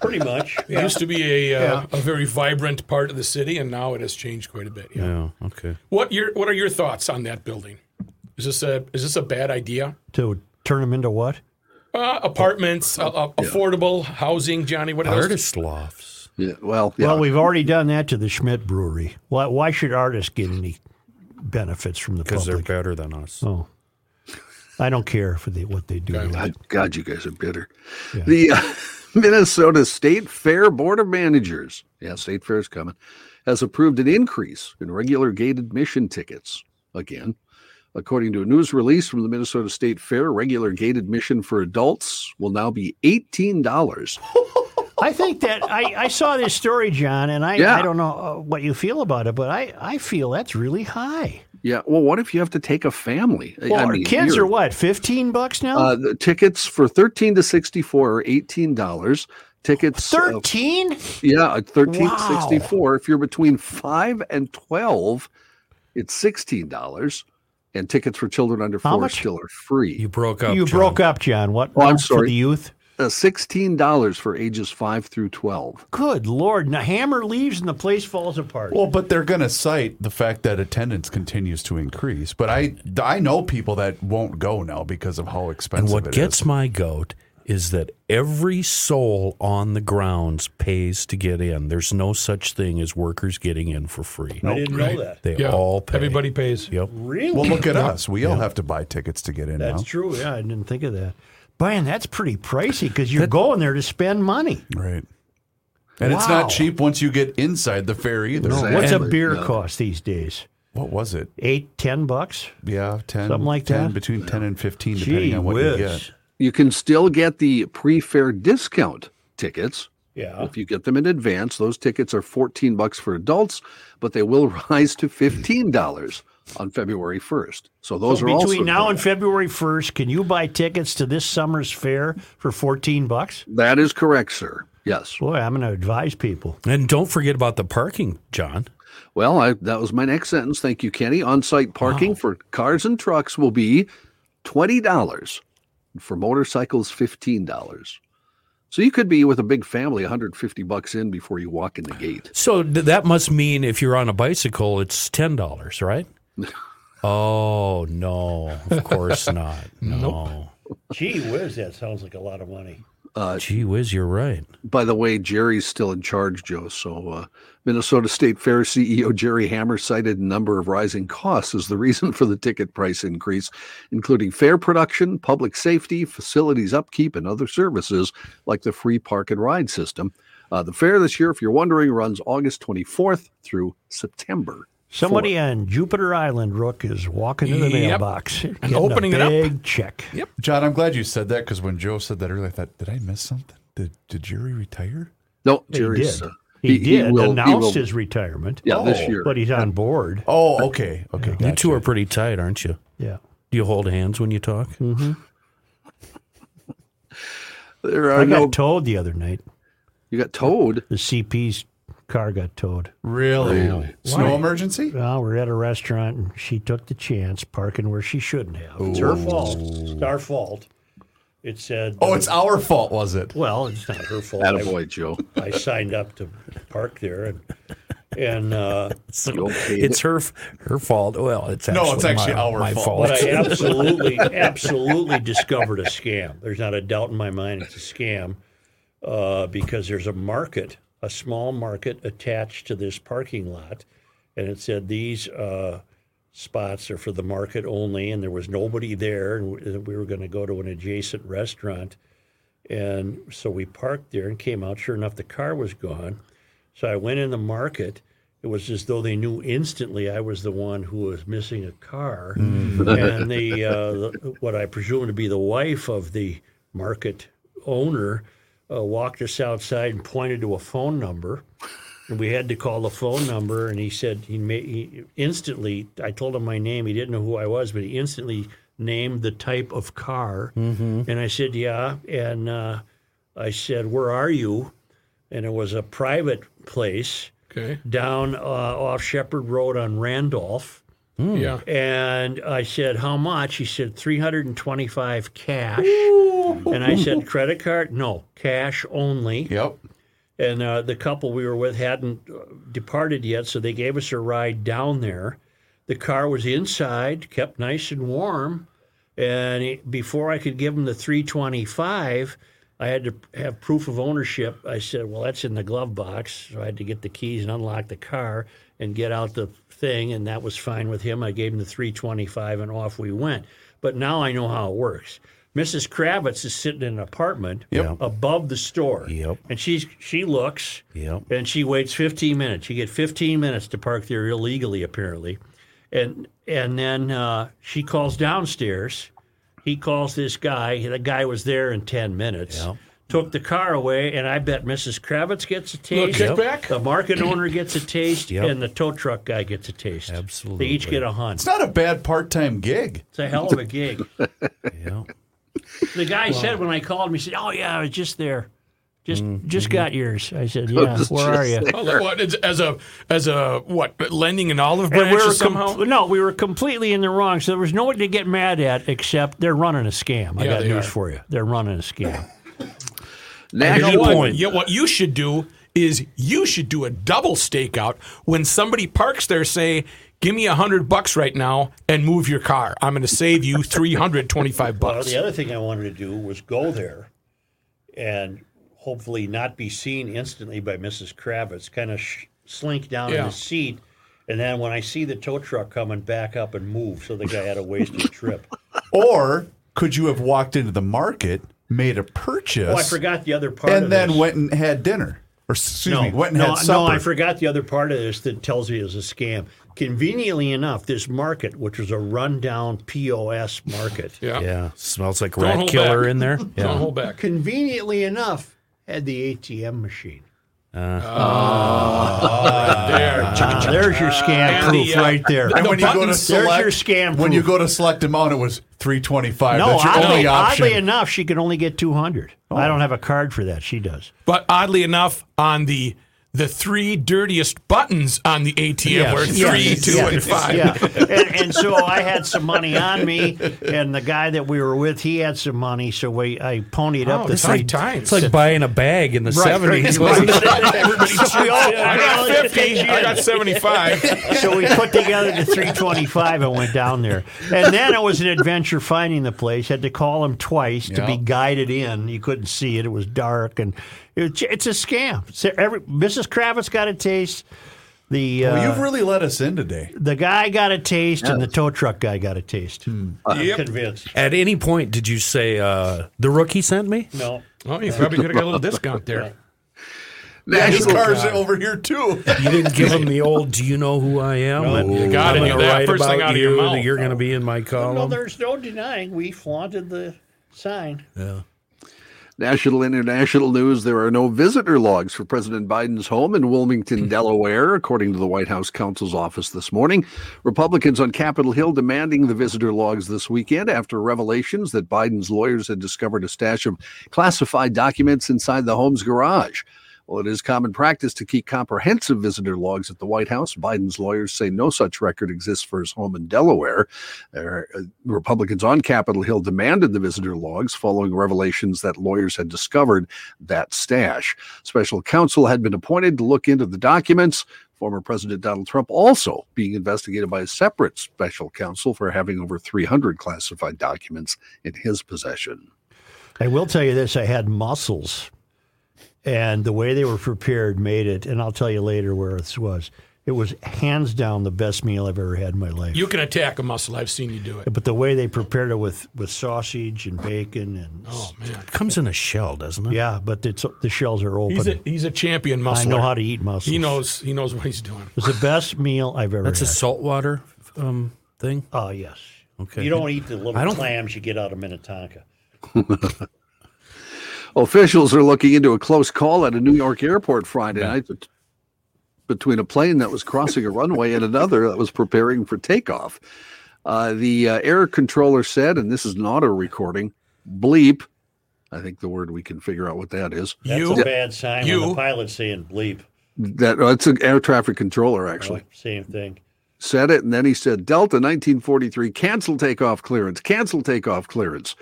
Pretty much. It used to be a uh, a very vibrant part of the city, and now it has changed quite a bit. Yeah. Okay. What your What are your thoughts on that building? Is this a Is this a bad idea? To turn them into what? Uh, apartments, uh, uh, affordable housing, Johnny. What else? Artist lofts. Yeah, well, Well, we've already done that to the Schmidt Brewery. Why, why should artists get any benefits from the Because public? they're better than us. Oh, I don't care for the, what they do. to it. God, God, you guys are bitter. The uh, Minnesota State Fair Board of Managers, yeah, State Fair's coming, has approved an increase in regular gate admission tickets again. According to a news release from the Minnesota State Fair, regular gate admission for adults will now be $18. I think that I, I saw this story, John, and I, Yeah. I don't know uh, what you feel about it, but I, I feel that's really high. Yeah, well, what if you have to take a family? I- I Well, our mean, kids you're- are what, 15 bucks now? Uh, the tickets for 13 to 64 are $18. Tickets uh, 13? Yeah, at thirteen Wow. sixty four. If you're between five and twelve, it's sixteen dollars. And tickets for children under How four much? still are free. You broke up. you broke up, John. What? Oh, I'm for sorry. the youth? Uh, sixteen dollars for ages five through twelve. Good Lord. Now, hammer leaves and the place falls apart. Well, but they're going to cite the fact that attendance continues to increase. But I, I know people that won't go now because of how And expensive what it gets is. my goat is that every soul on the grounds pays to get in. There's no such thing as workers getting in for free. I didn't know that. They Yeah, all pay. Everybody pays. Yep. Really? Well, look at us. We all have to buy tickets to get in That's now. true. Yeah, I didn't think of that. Man, that's pretty pricey because you're going there to spend money. Right. And it's not Wow. cheap once you get inside the fair either. No, what's a And- beer cost these days? What was it? Eight, ten bucks? Yeah, 10. Something like 10, that? Between 10 and 15, depending Gee on what whiz. you get. You can still get the pre-fair discount tickets. Yeah. If you get them in advance, those tickets are 14 bucks for adults, but they will rise to $15 on February 1st. So those So are also between now and February first, can you buy tickets to this summer's fair for fourteen bucks? That is correct, sir. Yes. Boy, I'm going to advise people. And don't forget about the parking, John. Well, I, that was my next sentence. Thank you, Kenny. On site parking for cars and trucks will be $20, for motorcycles, $15. So you could be with a big family, 150 bucks in before you walk in the gate. So th- that must mean if you're on a bicycle, it's ten dollars, right? oh no, of course not. No. Gee whiz, that sounds like a lot of money. Uh, Gee whiz, you're right. By the way, Jerry's still in charge, Joe. So, uh, Minnesota State Fair CEO Jerry Hammer cited a number of rising costs as the reason for the ticket price increase, including fair production, public safety, facilities upkeep, and other services like the free park and ride system. Uh, the fair this year, if you're wondering, runs August 24th through September. Somebody on Jupiter Island, Rook, is walking to the Yep. mailbox And getting a opening it up. big check. Yep. John, I'm glad you said that because when Joe said that earlier, I thought, did I miss something? Did did Jerry retire? No, uh, He did. He, did announced his retirement. Yeah, this year. But he's on board. Oh, okay, okay. You two are pretty tight, aren't you? Yeah. Do you hold hands when you talk? Mm-hmm. There I are got no. towed the other night. You got towed? The CP's car got towed. Really? Really? Snow emergency? Well, we're at a restaurant and she took the chance parking where she shouldn't have. It's her fault. It's our fault. It said. Oh, it's our fault, was it? Well, it's not her fault. I- Attaboy, Joe. I signed up to park there and and uh, It's her f- her fault. Well, it's actually No, it's actually my, our my fault. fault. But I absolutely, absolutely discovered a scam. There's not a doubt in my mind it's a scam uh, because there's a market, a small market attached to this parking lot, and it said these uh, spots are for the market only, and there was nobody there, and we- we were going to go to an adjacent restaurant, and so we parked there and came out. Sure enough, the car was gone. So I went in the market. It was as though they knew instantly I was the one who was missing a car, and the, uh, the what I presume to be the wife of the market owner uh, walked us outside and pointed to a phone number, and we had to call the phone number. And he said he, ma- he instantly. I told him my name. He didn't know who I was, but he instantly named the type of car. And I said, Yeah. And uh, I said, Where are you? And it was a private place Okay. down uh, off Shepherd Road on Randolph. Yeah. And I said, How much? He said, 325 cash. And I said, Credit card? No, cash only. Yep. And uh, the couple we were with hadn't uh, departed yet, so they gave us a ride down there. The car was inside, kept nice and warm. And it, before I could give him the 325, I had to have proof of ownership. I said, "Well, that's in the glove box." So I had to get the keys and unlock the car and get out the thing, and that was fine with him. I gave him the 325 and off we went. But now I know how it works. Mrs. Kravitz is sitting in an apartment Yep. above the store. Yep. And she's she looks Yep. and she waits 15 minutes. You get 15 minutes to park there illegally, apparently, and and then uh, she calls downstairs. He calls this guy. The guy was there in 10 minutes. Took the car away, and I bet Mrs. Kravitz gets a Little taste. kickback? The market owner gets a taste, Yep. and the tow truck guy gets a taste. Absolutely, they each get a hunt. It's not a bad part time gig. It's a hell of a gig. The guy said when I called him, he said, "Oh yeah, I was just there, just just got yours." I said, "Yeah, where are you?" Oh, like what, as, as a as a what lending an olive branch And we or were somehow? com- no, we were completely in the wrong. So there was nobody to get mad at except they're running a scam. I Yeah, got they news are. for you. They're running a scam. And National you know what? point. You, what you should do is you should do a double stakeout when somebody parks there. Say, give me a hundred bucks right now and move your car. I'm going to save you three hundred twenty-five Well, bucks. the other thing I wanted to do was go there and hopefully not be seen instantly by Mrs. Kravitz, kind of sh- slink down in Yeah. the seat. And then when I see the tow truck coming, back up and move. So the guy had a wasted trip. Or could you have walked into the market, made a purchase, Oh, I forgot the other part. of and then this. went and had dinner? Or excuse no, me, went and no, had no, supper. I forgot the other part of this that tells me it's a scam. Conveniently enough, this market, which was a rundown POS market, Yeah. Smells like Don't rat hold killer back. in there. Don't Yeah. hold back. conveniently enough, had the ATM machine. there. Uh, Ah, there's your scam And proof the, uh, right there. And when you go to There's select, your scam when proof. you go to select amount, it was three twenty five. no, That's your oddly, only option. oddly enough, Oh. she can only get 200. I don't have a card for that. She does. But oddly enough, on the the three dirtiest buttons on the ATM were Yes, three, yes, two, yes, and five. Yeah. And, and so I had some money on me, and the guy that we were with, he had some money, so we I ponied Oh, up the it's like- three times. It's like buying a bag in the Right, seventies. right, oh, I got 50. I got 75. So we put together the 325 and went down there. And then it was an adventure finding the place. Had to call him twice to be Yeah. guided in. You couldn't see it. It was dark, and it, it's a scam. So every, Mrs. Kravitz got a taste. The uh, well, you've really let us in today. the guy got a taste, and the tow truck guy got a taste. I'm Yep. convinced. At any point, did you say uh, the rookie sent me? No. Oh, you probably could have got a little discount there. Yeah, his National car's God. over here too. You didn't give him the old. Do you know who I am? No, you gotta I'm do gonna that write first thing about out of your you, mouth. that You're going to be in my Well, column. there's no denying we flaunted the sign. Yeah. National and international news there are no visitor logs for President Biden's home in Wilmington, Delaware, according to the White House counsel's office this morning. Republicans on Capitol Hill demanding the visitor logs this weekend after revelations that Biden's lawyers had discovered a stash of classified documents inside the home's garage. Well, it is common practice to keep comprehensive visitor logs at the White House. Biden's lawyers say no such record exists for his home in Delaware. There, uh, Republicans on Capitol Hill demanded the visitor logs following revelations that lawyers had discovered that stash. Special counsel had been appointed to look into the documents. Former President Donald Trump also being investigated by a separate special counsel for having over 300 classified documents in his possession. I will tell you this: I had mussels, and the way they were prepared made it. And I'll tell you later where this was. It was hands down the best meal I've ever had in my life. You can attack a muscle. I've seen you do it. But the way they prepared it with, with sausage and bacon and oh man, comes in a shell, doesn't it? Yeah, but it's, the shells are open. He's a, he's a champion I muscle. know how to eat mussels. He knows he knows what he's doing. It was the best meal I've ever That's a had. saltwater um, thing. Oh yes. Okay. You don't eat the little I don't- clams you get out of Minnetonka. Officials are looking into a close call at a New York airport Friday night bet- between a plane that was crossing a runway and another that was preparing for takeoff. Uh, the uh, air controller said, and this is an auto recording, bleep. I think the word we can figure out what that is. That's a bad sign when you- the pilot's saying bleep. That oh, it's an air traffic controller actually Same thing. said it, and then he said, "Delta 1943, cancel takeoff clearance, cancel takeoff clearance."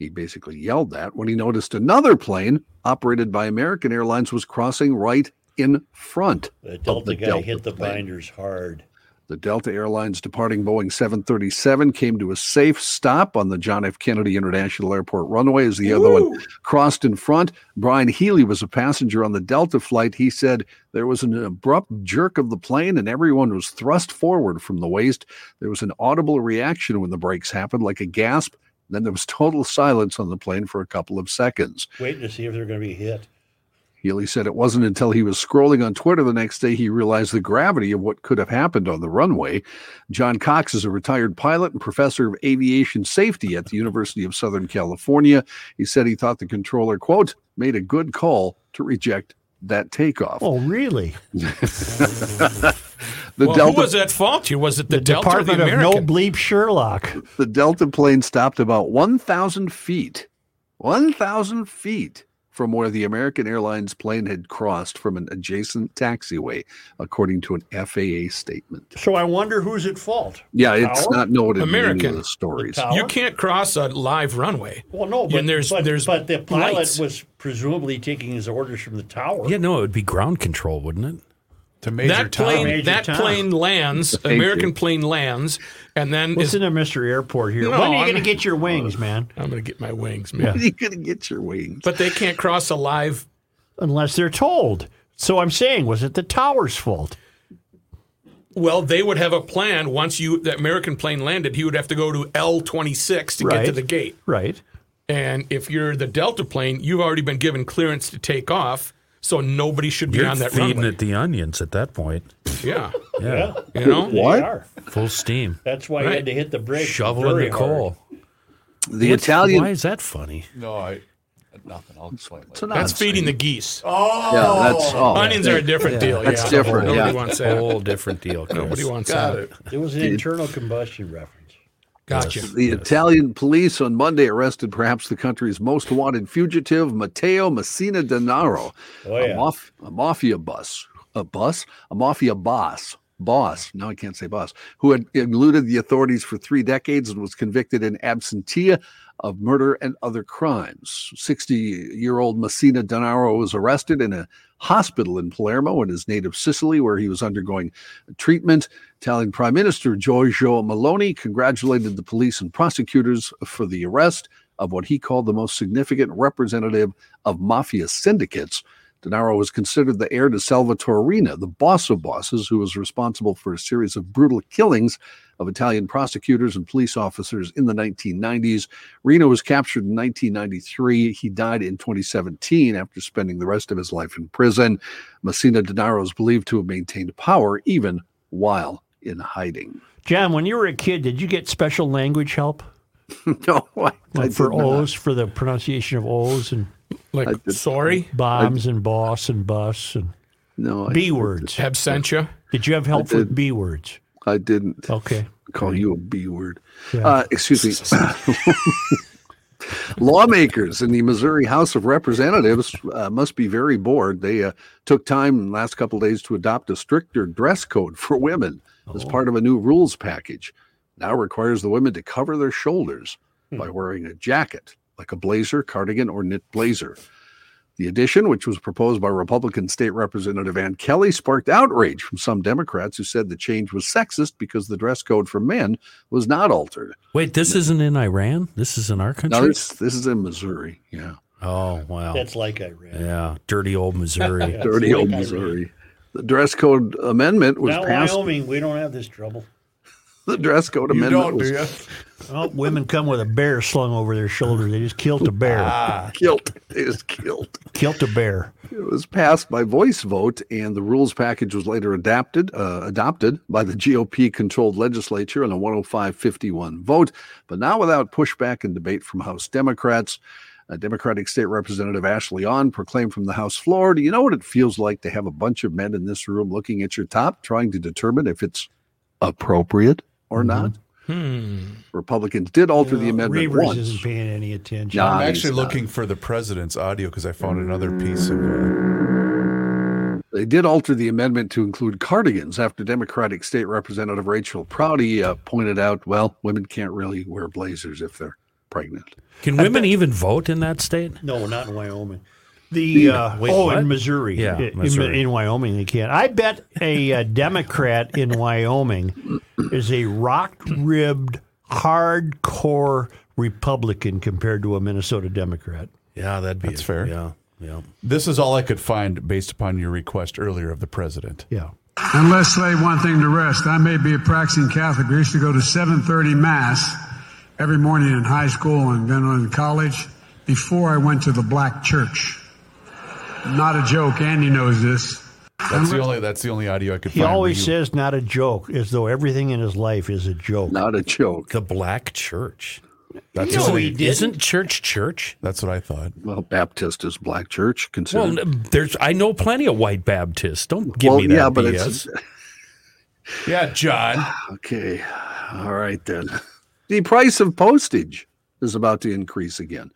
He basically yelled that when he noticed another plane operated by American Airlines was crossing right in front. The of Delta guy Delta hit the plane. binders hard. The Delta Airlines departing Boeing 737 came to a safe stop on the John F. Kennedy International Airport runway as the other one crossed in front. Brian Healy was a passenger on the Delta flight. He said there was an abrupt jerk of the plane and everyone was thrust forward from the waist. There was an audible reaction when the brakes happened, like a gasp. Then there was total silence on the plane for a couple of seconds. Waiting to see if they're going to be hit. Healy said it wasn't until he was scrolling on Twitter the next day he realized the gravity of what could have happened on the runway. John Cox is a retired pilot and professor of aviation safety at the University of Southern California. He said he thought the controller, quote, made a good call to reject that takeoff. Oh, really? the well, Delta who was at fault here? Was it the, Delta or the Department of American? No Bleep Sherlock. The Delta plane stopped about 1,000 feet, 1,000 feet from where the American Airlines plane had crossed from an adjacent taxiway, according to an FAA statement. So I wonder who's at fault. Yeah, it's Tower? not noted in any American. of the stories. The tower? You can't cross a live runway. Well, no, but, and there's but, there's but the pilot lights. was presumably taking his orders from the tower. Yeah, no, it would be ground control, wouldn't it? To that plane Major that Tom. plane lands. Thank American you. plane lands, and then is, Listen to Mr. Airport here. No, when are you I'm- going to get your wings, man? I'm going to get my wings, man. You're going to get your wings. But they can't cross a live. Unless they're told. So I'm saying, was it the tower's fault? Well, they would have a plan once you the American plane landed. He would have to go to L twenty six to get to Right. the gate. Right. And if you're the Delta plane, you've already been given clearance to take off, so nobody should be You're on that feeding runway. it the onions at that point. Yeah, Yeah. you know. They What? are. Full steam. That's why you Right. had to hit the brake. Shoveling the coal. The What's- Italian. Why is that funny? No, I nothing. I'll explain later. It's an That's odd feeding the thing. geese. Oh, Yeah, that's oh, Onions are a different deal. That's yeah. different, Nobody yeah. wants that. Whole different deal. Chris. Nobody wants Got that. it. It was an internal combustion reference. Gotcha. The Italian police on Monday arrested perhaps the country's most wanted fugitive, Matteo Messina Denaro, Oh, a, yeah. maf- a mafia bus, a bus, a mafia boss, boss. Now I can't say boss, who had eluded the authorities for three decades and was convicted in absentia of murder and other crimes. 60-year-old Messina Denaro was arrested in a hospital in Palermo in his native Sicily, where he was undergoing treatment. Italian Prime Minister Giorgio Maloney congratulated the police and prosecutors for the arrest of what he called the most significant representative of mafia syndicates. Denaro was considered the heir to Salvatore Arena, the boss of bosses, who was responsible for a series of brutal killings of Italian prosecutors and police officers in the 1990s. Reno was captured in 1993. He died in 2017 after spending the rest of his life in prison. Messina Denaro is believed to have maintained power even while in hiding. John, when you were a kid, did you get special language help? no, I, like for did not. O's, for the pronunciation of O's and like sorry, bombs and boss and bus and no B words, absentia. Did you have help I with did. B words? I didn't. Okay. Call you a B word. Yeah. Uh, excuse me. Lawmakers in the Missouri House of Representatives uh, must be very bored. They uh, took time in the last couple days to adopt a stricter dress code for women as part of a new rules package. Now requires the women to cover their shoulders by wearing a jacket, like a blazer, cardigan, or knit blazer. The addition, which was proposed by Republican State Representative Ann Kelly, sparked outrage from some Democrats who said the change was sexist because the dress code for men was not altered. Wait, this isn't in Iran. This is in our country. Now, this, this is in Missouri. Yeah. oh wow, That's like Iran. yeah, dirty old Missouri. Dirty old Missouri. The dress code amendment was now, passed. Wyoming, we don't have this trouble. The dress code amendment was Well, women come with a bear slung over their shoulder. They just killed a bear. killed. It was killed. Killed a bear. It was passed by voice vote, and the rules package was later adapted, uh, adopted by the GOP-controlled legislature in a 105-51 vote, but not without pushback and debate from House Democrats. Uh, Democratic State Representative Ashley On proclaimed from the House floor, "Do you know what it feels like to have a bunch of men in this room looking at your top, trying to determine if it's appropriate or not?" Republicans did alter the amendment Reavers once. isn't paying any attention. Nah, I'm he's actually not. looking for the president's audio because I found another piece of. Uh, They did alter the amendment to include cardigans after Democratic State Representative Rachel Prouty uh, pointed out, well, women can't really wear blazers if they're pregnant. Can women even vote in that state? No, not in Wyoming. The uh, Wait, oh, what? in Missouri, Yeah, In- In, Missouri. in Wyoming they can't. I bet a, uh Democrat in Wyoming is a rock-ribbed, hardcore Republican compared to a Minnesota Democrat. Yeah, that'd be That's fair. Yeah, yeah. This is all I could find based upon your request earlier of the president. Yeah. Unless they want them to rest. I may be a practicing Catholic. We used to go to 7.30 Mass every morning in high school and then in college before I went to the black church. Not a joke. Andy knows this. That's the only. That's the only audio I could He find. always where you- says not a joke, as though everything in his life is a joke. Not a joke. The black church. That's no, what he he didn't. Isn't church church? That's what I thought. Well, Baptist is black church Well, considered. n- there's I know plenty of white Baptists. Don't give Well, me that yeah, yeah, but BS. it's- Yeah, John. Okay. All right, then. The price of postage is about to increase again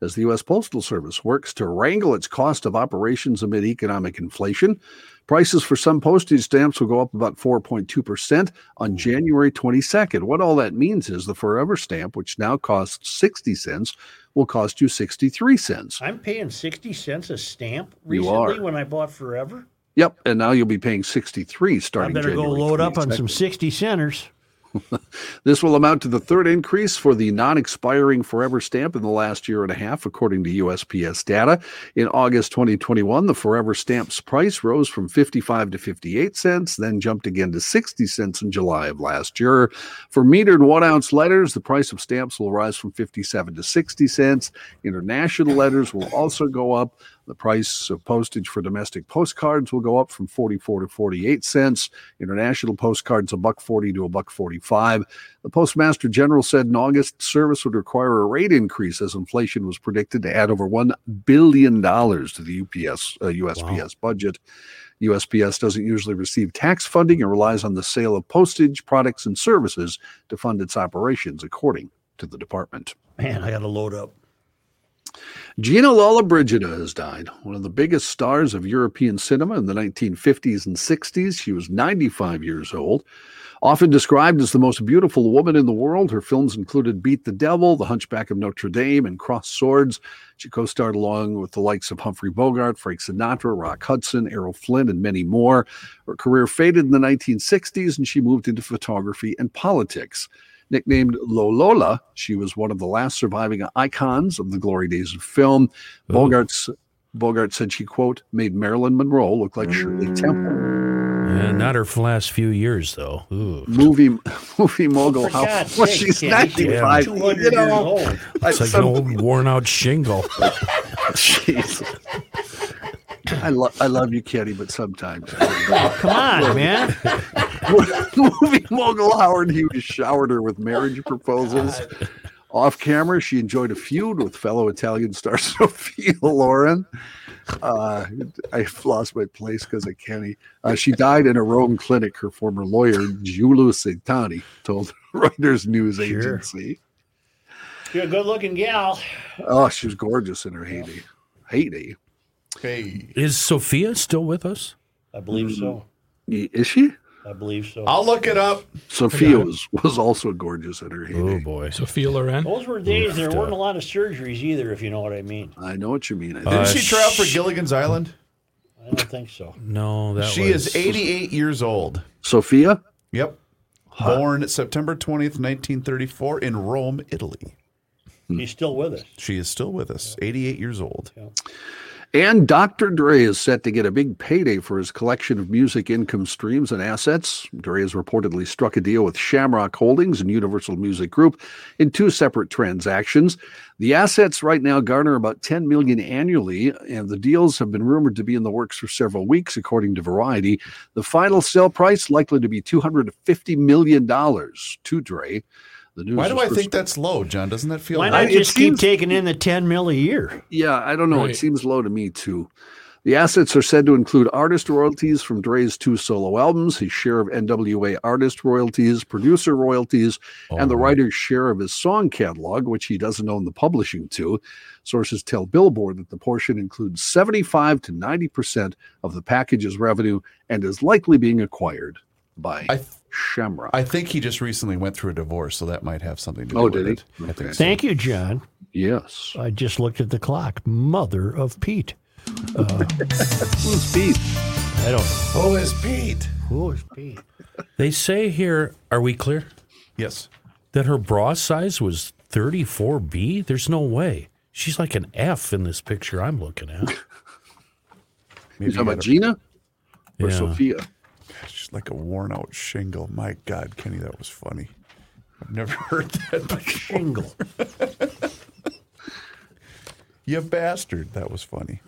as the U.S. Postal Service works to wrangle its cost of operations amid economic inflation. Prices for some postage stamps will go up about 4.2% on January 22nd. What all that means is the Forever stamp, which now costs 60 cents, will cost you 63 cents. I'm paying sixty cents a stamp You recently are. when I bought Forever. Yep, and now you'll be paying 63 I starting better go January load up 22nd. on some sixty centers. This will amount to the third increase for the non expiring forever stamp in the last year and a half, according to USPS data. In August 2021, the forever stamp's price rose from 55 to 58 cents, then jumped again to 60 cents in July of last year. For metered one ounce letters, the price of stamps will rise from 57 to 60 cents. International letters will also go up. The price of postage for domestic postcards will go up from 44 to 48 cents. International postcards a buck 40 to a buck 45. The Postmaster General said in August service would require a rate increase as inflation was predicted to add over 1 billion dollars to the UPS uh, USPS budget. USPS doesn't usually receive tax funding and relies on the sale of postage, products, and services to fund its operations, according to the department. Man, I got to load up. Gina Lollobrigida has died, one of the biggest stars of European cinema in the 1950s and 60s. She was 95 years old. Often described as the most beautiful woman in the world, her films included Beat the Devil, The Hunchback of Notre Dame, and Cross Swords. She co starred along with the likes of Humphrey Bogart, Frank Sinatra, Rock Hudson, Errol Flynn, and many more. Her career faded in the 1960s and she moved into photography and politics. Nicknamed Lolola, she was one of the last surviving icons of the glory days of film. Bogart's, Bogart said she, quote, made Marilyn Monroe look like Shirley Temple. Yeah, not her last few years though. Ooh. Movie movie mogul. For Oh, How, God's well, sake, she's Kenny, 95. she's You 200 years know, old. I- It's like some- an old worn out shingle. Jeez. I, lo- I love you, Kenny, but sometimes. come on, man. Movie mogul Howard Hughes showered her with marriage proposals. Off camera, she enjoyed a feud with fellow Italian star Sophia Loren. Uh, I've lost my place because I can't. Uh, she died in her own clinic, her former lawyer, Giulio Santani, told Reuters news agency. You're a good looking gal. Oh, she was gorgeous in her heyday. Heyday. Hey. Is Sophia still with us? I believe so. Is she? I believe so. I'll look it up. Sophia was, was also gorgeous in her heyday. Oh, boy. Sophia Loren. Those were days there weren't a uh, lot of surgeries either, if you know what I mean. I know what you mean. I Didn't Uh, she try out for Gilligan's Island? I don't think so. No, that she was- is 88 years old. Sophia? Yep. Born September 20th, 1934 in Rome, Italy. Hmm. She's still with us. She is still with us, 88 years old. And Dr. Dre is set to get a big payday for his collection of music income streams and assets. Dre has reportedly struck a deal with Shamrock Holdings and Universal Music Group in two separate transactions. The assets right now garner about 10 million annually, and the deals have been rumored to be in the works for several weeks, according to Variety. The final sale price likely to be 250 million dollars to Dre. The news Why do was I first- think that's low, John? Doesn't that feel Why low? not just keep taking in the 10 mil a year? Yeah, I don't know. Right. It seems low to me too. The assets are said to include artist royalties from Dre's two solo albums, his share of NWA artist royalties, producer royalties, and the Oh. writer's share of his song catalog, which he doesn't own the publishing to. Sources tell Billboard that the portion includes 75 to 90% of the package's revenue and is likely being acquired by Shamrock. I think he just recently went through a divorce, so that might have something to do Oh, with did he? it. I think so. Thank you, John. Yes. I just looked at the clock. Mother of Pete. Uh, Who's Pete? I don't know. Oh, Who is Pete? Who is Pete? They say here, are we clear? Yes. That her bra size was 34B? There's no way. She's like an F in this picture I'm looking at. You talking about Gina or Yeah. Sophia? She's like a worn out shingle. My God, Kenny, that was funny. I've never heard that before. Shingle. you bastard. That was funny.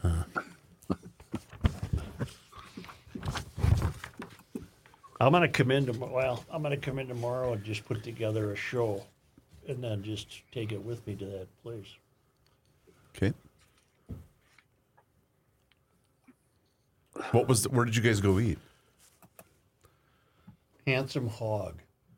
I'm going to come in tomorrow. Well, I'm going to come in tomorrow and just put together a show and then just take it with me to that place. Okay. What was the, where did you guys go eat? Handsome Hog.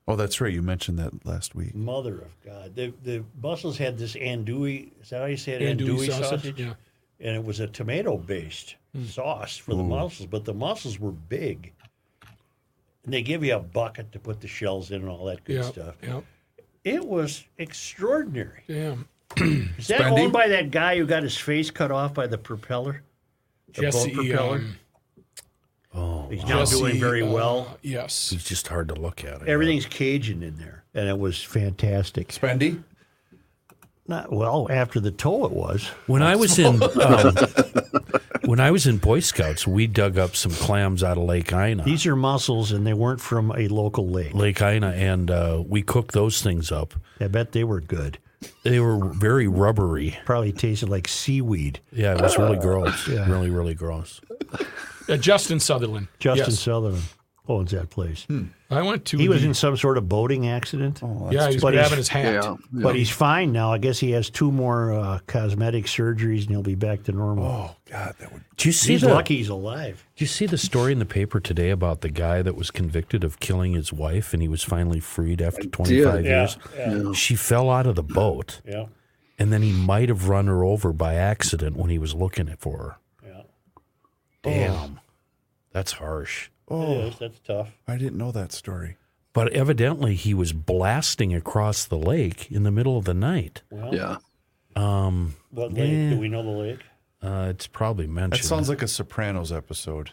Oh, that's right. You mentioned that last week. Mother of God. The the Bustles had this andouille. Is that how you say it? Andouille sausage, yeah. And it was a tomato based sauce for the Ooh. mussels, but the mussels were big. And they give you a bucket to put the shells in and all that good Yeah, stuff. yeah. It was extraordinary. Damn. Is that Spendy? owned by that guy who got his face cut off by the propeller? The boat Jesse. propeller? Um, Oh, He's not doing very well. uh, Yes. He's just hard to look at. It. Everything's Cajun in there, and it was fantastic. Spendy? Not well after the toe, it was. When I was in um, when I was in Boy Scouts, we dug up some clams out of Lake Ina. These are mussels, and they weren't from a local lake. Lake Ina, and uh, we cooked those things up. I bet they were good. They were very rubbery. Probably tasted like seaweed. Yeah, it was really gross. Really, really gross. Uh, Justin Sutherland. Justin Yes. Sutherland owns that place. I went to. He was the- in some sort of boating accident. Oh, that's Yeah, he was too bad. grabbing his hat. Yeah, But yeah. he's fine now. I guess he has two more uh, cosmetic surgeries and he'll be back to normal. Oh, God, that would. Do you see he's the- lucky he's alive. Do you see the story in the paper today about the guy that was convicted of killing his wife and he was finally freed after 25 Yeah, years? yeah. She fell out of the boat. Yeah. And then he might have run her over by accident when he was looking for her. Yeah. Damn. That's harsh. that's tough. I didn't know that story. But evidently he was blasting across the lake in the middle of the night. Well, Yeah. Um, What lake? eh, Do we know the lake? Uh, it's probably mentioned. That sounds like a Sopranos episode.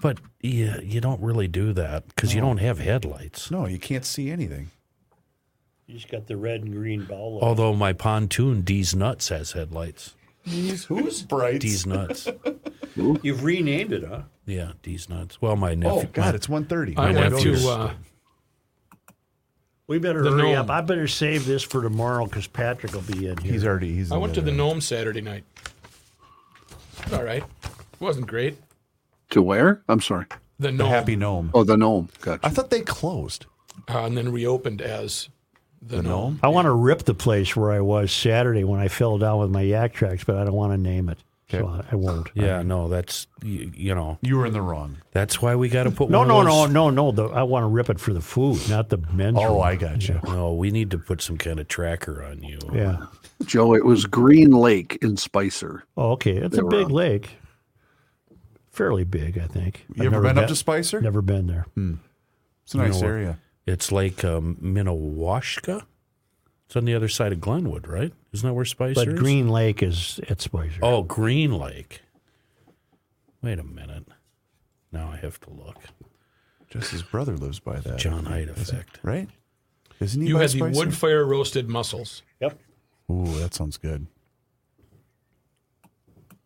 But yeah, you don't really do that because you No. don't have headlights. No, you can't see anything. You just got the red and green ball. of- Although my pontoon D's Nuts has headlights. He's who's bright? D's Nuts. You've renamed it, huh? Oh, Yeah, D's Nuts. Well, my nephew. Oh, God, my- it's 1:30. my I went nephew's- to. Uh, We better The hurry gnome. up. I better save this for tomorrow because Patrick will be in here. He's already. He's I went to the Gnome Saturday night. All right, wasn't great. To where? I'm sorry. The Gnome. Happy Gnome. Oh, the Gnome. Gotcha. I thought they closed. Uh, and then reopened as the, gnome. I want to rip the place where I was Saturday when I fell down with my yak tracks, but I don't want to name it, so I, I won't. Yeah, no, that's you, you know. You were in the wrong. That's why we got to put. No, one no, of no, those, no, no. The, I want to rip it for the food, not the men's. room. Oh, gotcha. No, we need to put some kind of tracker on you. Yeah. Joe, it was Green Lake in Spicer. Oh, okay. It's They a were big on. lake. Fairly big, I think. You ever never been up to Spicer? Never been there. It's a nice You know, area. It's like um, Minnewashka. It's on the other side of Glenwood, right? Isn't that where Spicer But is? Green Lake is at Spicer. Oh, Green Lake. Wait a minute. Now I have to look. Just his brother lives by that. John Hyde effect. Right? Isn't he? You by had the Spicer? wood fire roasted mussels. Ooh, that sounds good.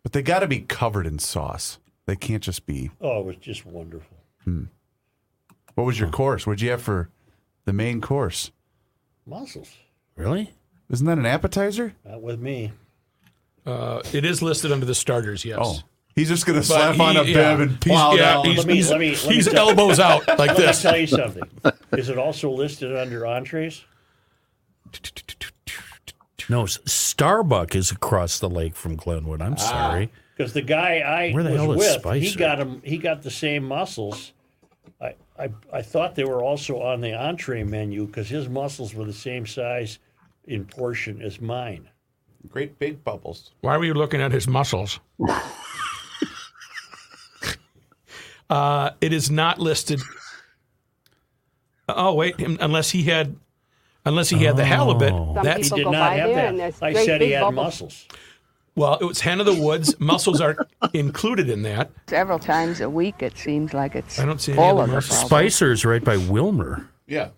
But they got to be covered in sauce. They can't just be. Oh, it was just wonderful. Hmm. What was your course? What'd you have for the main course? Mussels. Really? Isn't that an appetizer? Not with me. Uh, it is listed under the starters. Yes. Oh. He's just going to But slap on he- a yeah. bib and He's- plow yeah, down. he's- Let me, let me, let me he's tell- elbows out like let this. me tell you something. Is it also listed under entrees? No, S- Starbuck is across the lake from Glenwood. I'm sorry. Because the guy I Where the was hell is with, he Spicer? got him. He got the same mussels. I, I, I thought they were also on the entree menu because his mussels were the same size in portion as mine. Great big bubbles. Why were you looking at his muscles? uh, it is not listed. Oh wait, him- unless he had, unless he had the halibut. Oh. That He did not have that. I said he had mussels. Well, it was hen of the woods. mussels aren't included in that. Several times a week, it seems like it's I don't see any all other of mussels. the problem. Spicer's right by Wilmer. Yeah.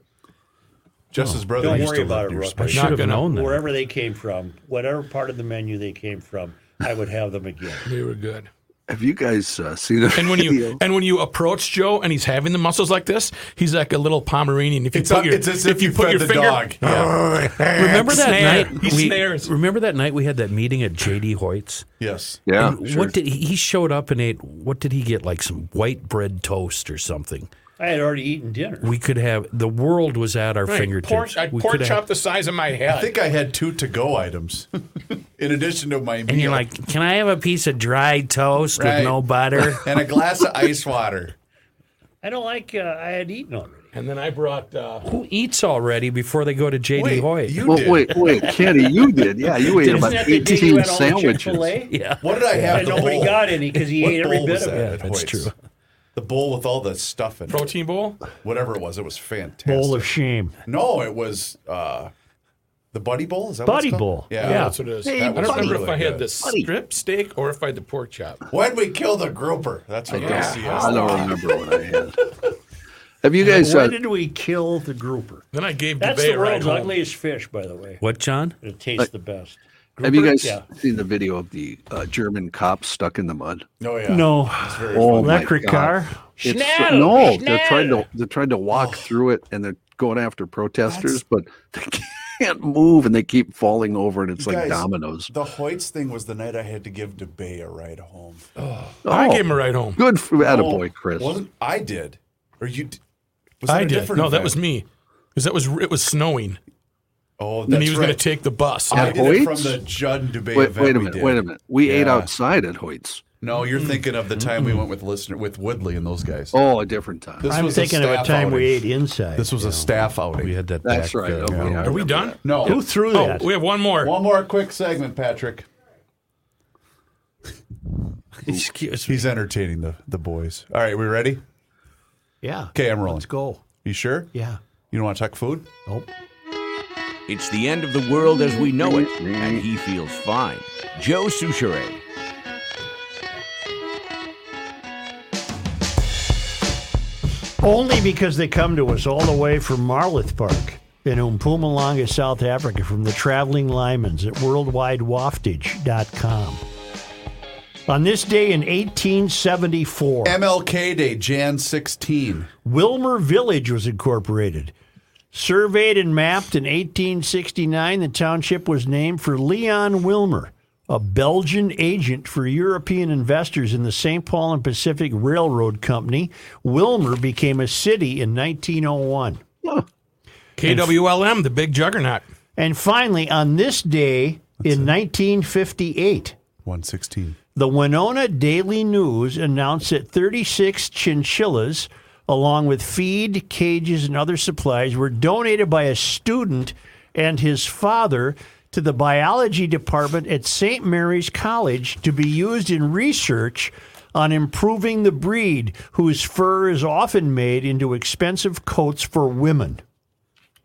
Just his brother. Don't used worry to live about it, near Rook. Spicer. I should have known that. Wherever they came from, whatever part of the menu they came from, I would have them again. They were good. Have you guys uh, seen the And when you video? and when you approach Joe and he's having the muscles like this, he's like a little Pomeranian. If you It's put a- your it's as if if you you put fed your the finger, dog. Yeah. Remember that Snare. night? He we- snares. Remember that night we had that meeting at JD Hoyt's. Yes. Yeah, And sure. What did he he showed up and ate? What did he get? Like some white bread toast or something. I had already eaten dinner. We could have the world was at our fingertips. Pork, uh, I we pork could have- chopped the size of my head. I think I had two to go items in addition to my meal. and you're like, can I have a piece of dry toast Right. with no butter? and a glass of ice water. I don't like. Uh, I had eaten already. and then I brought. Uh, Who eats already before they go to JD Wait, Hoyt? you well, did. wait, wait, Kenny, you did. Yeah, you ate Didn't about Isn't that the day 18 you had all the sandwiches. Chick-fil-A? Yeah, What did I have? And The nobody bowl. got any because he What ate bowl every bit was of that it. at that's Hoyt's? true. The bowl with all the stuff in it. protein bowl. Whatever it was, it was fantastic. Bowl of shame. No, it was uh, the Buddy Bowl. Is that Buddy what it's called? Bowl. Yeah, Yeah. That's what it is. Hey, I don't buddy. remember if I had Good. the strip steak or if I had the pork chop. When we kill the grouper, that's what you'll see. us. I don't remember what I had. Have you guys? Why Uh, did we kill the grouper? Then I gave That's DeBay the a ride world's home. ugliest fish, by the way. What, John? It tastes the best. have you Grouper? guys Yeah. seen the video of the uh, German cop stuck in the mud? No, Oh, yeah. No. It's very Oh, funny. my Electric God. car? It's, no, they're trying to they're trying to walk through it, and they're going after protesters, but they can't move and they keep falling over, and it's You like guys, dominoes. The Hoyts thing was the night I had to give DeBay a ride home. I gave him a ride home. Good for that No, boy, Chris. Wasn't I did? Or you? d- Was that I a did. No, different that event? was me. Because that was it was snowing. Oh, and he that's was right. going to take the bus. I At did it from Hoyt's? the Judd and DeBay Wait, event. wait a we minute, did. wait a minute. We ate Yeah. outside at Hoyt's. No, you're thinking of the time we went with listener with Woodley and those guys. Oh, a different time. This I'm was thinking of a staff time we outing. ate inside. This was a staff outing. We had that. That's back, right. uh, Okay, yeah. I Are we done? No. Who threw Oh, that? we have one more. One more quick segment, Patrick. Excuse He's entertaining the, the boys. All right, we ready? Yeah. Okay, I'm rolling. Let's go. You sure? Yeah. You don't want to talk food? Nope. It's the end of the world as we know it, and he feels fine. Joe Souchere. Only because they come to us all the way from Marloth Park in Mpumalanga, South Africa, from the traveling Lymans at worldwidewaftage.com. On this day in 1874, MLK Day, Jan 16. Wilmer Village was incorporated. Surveyed and mapped in 1869, the township was named for Leon Wilmer, a Belgian agent for European investors in the St. Paul and Pacific Railroad Company. Wilmer became a city in 1901. KWLM, the big juggernaut. And finally, on this day in 1958, 116. the Winona Daily News announced that 36 chinchillas, along with feed, cages, and other supplies, were donated by a student and his father to the biology department at St. Mary's College to be used in research on improving the breed, whose fur is often made into expensive coats for women.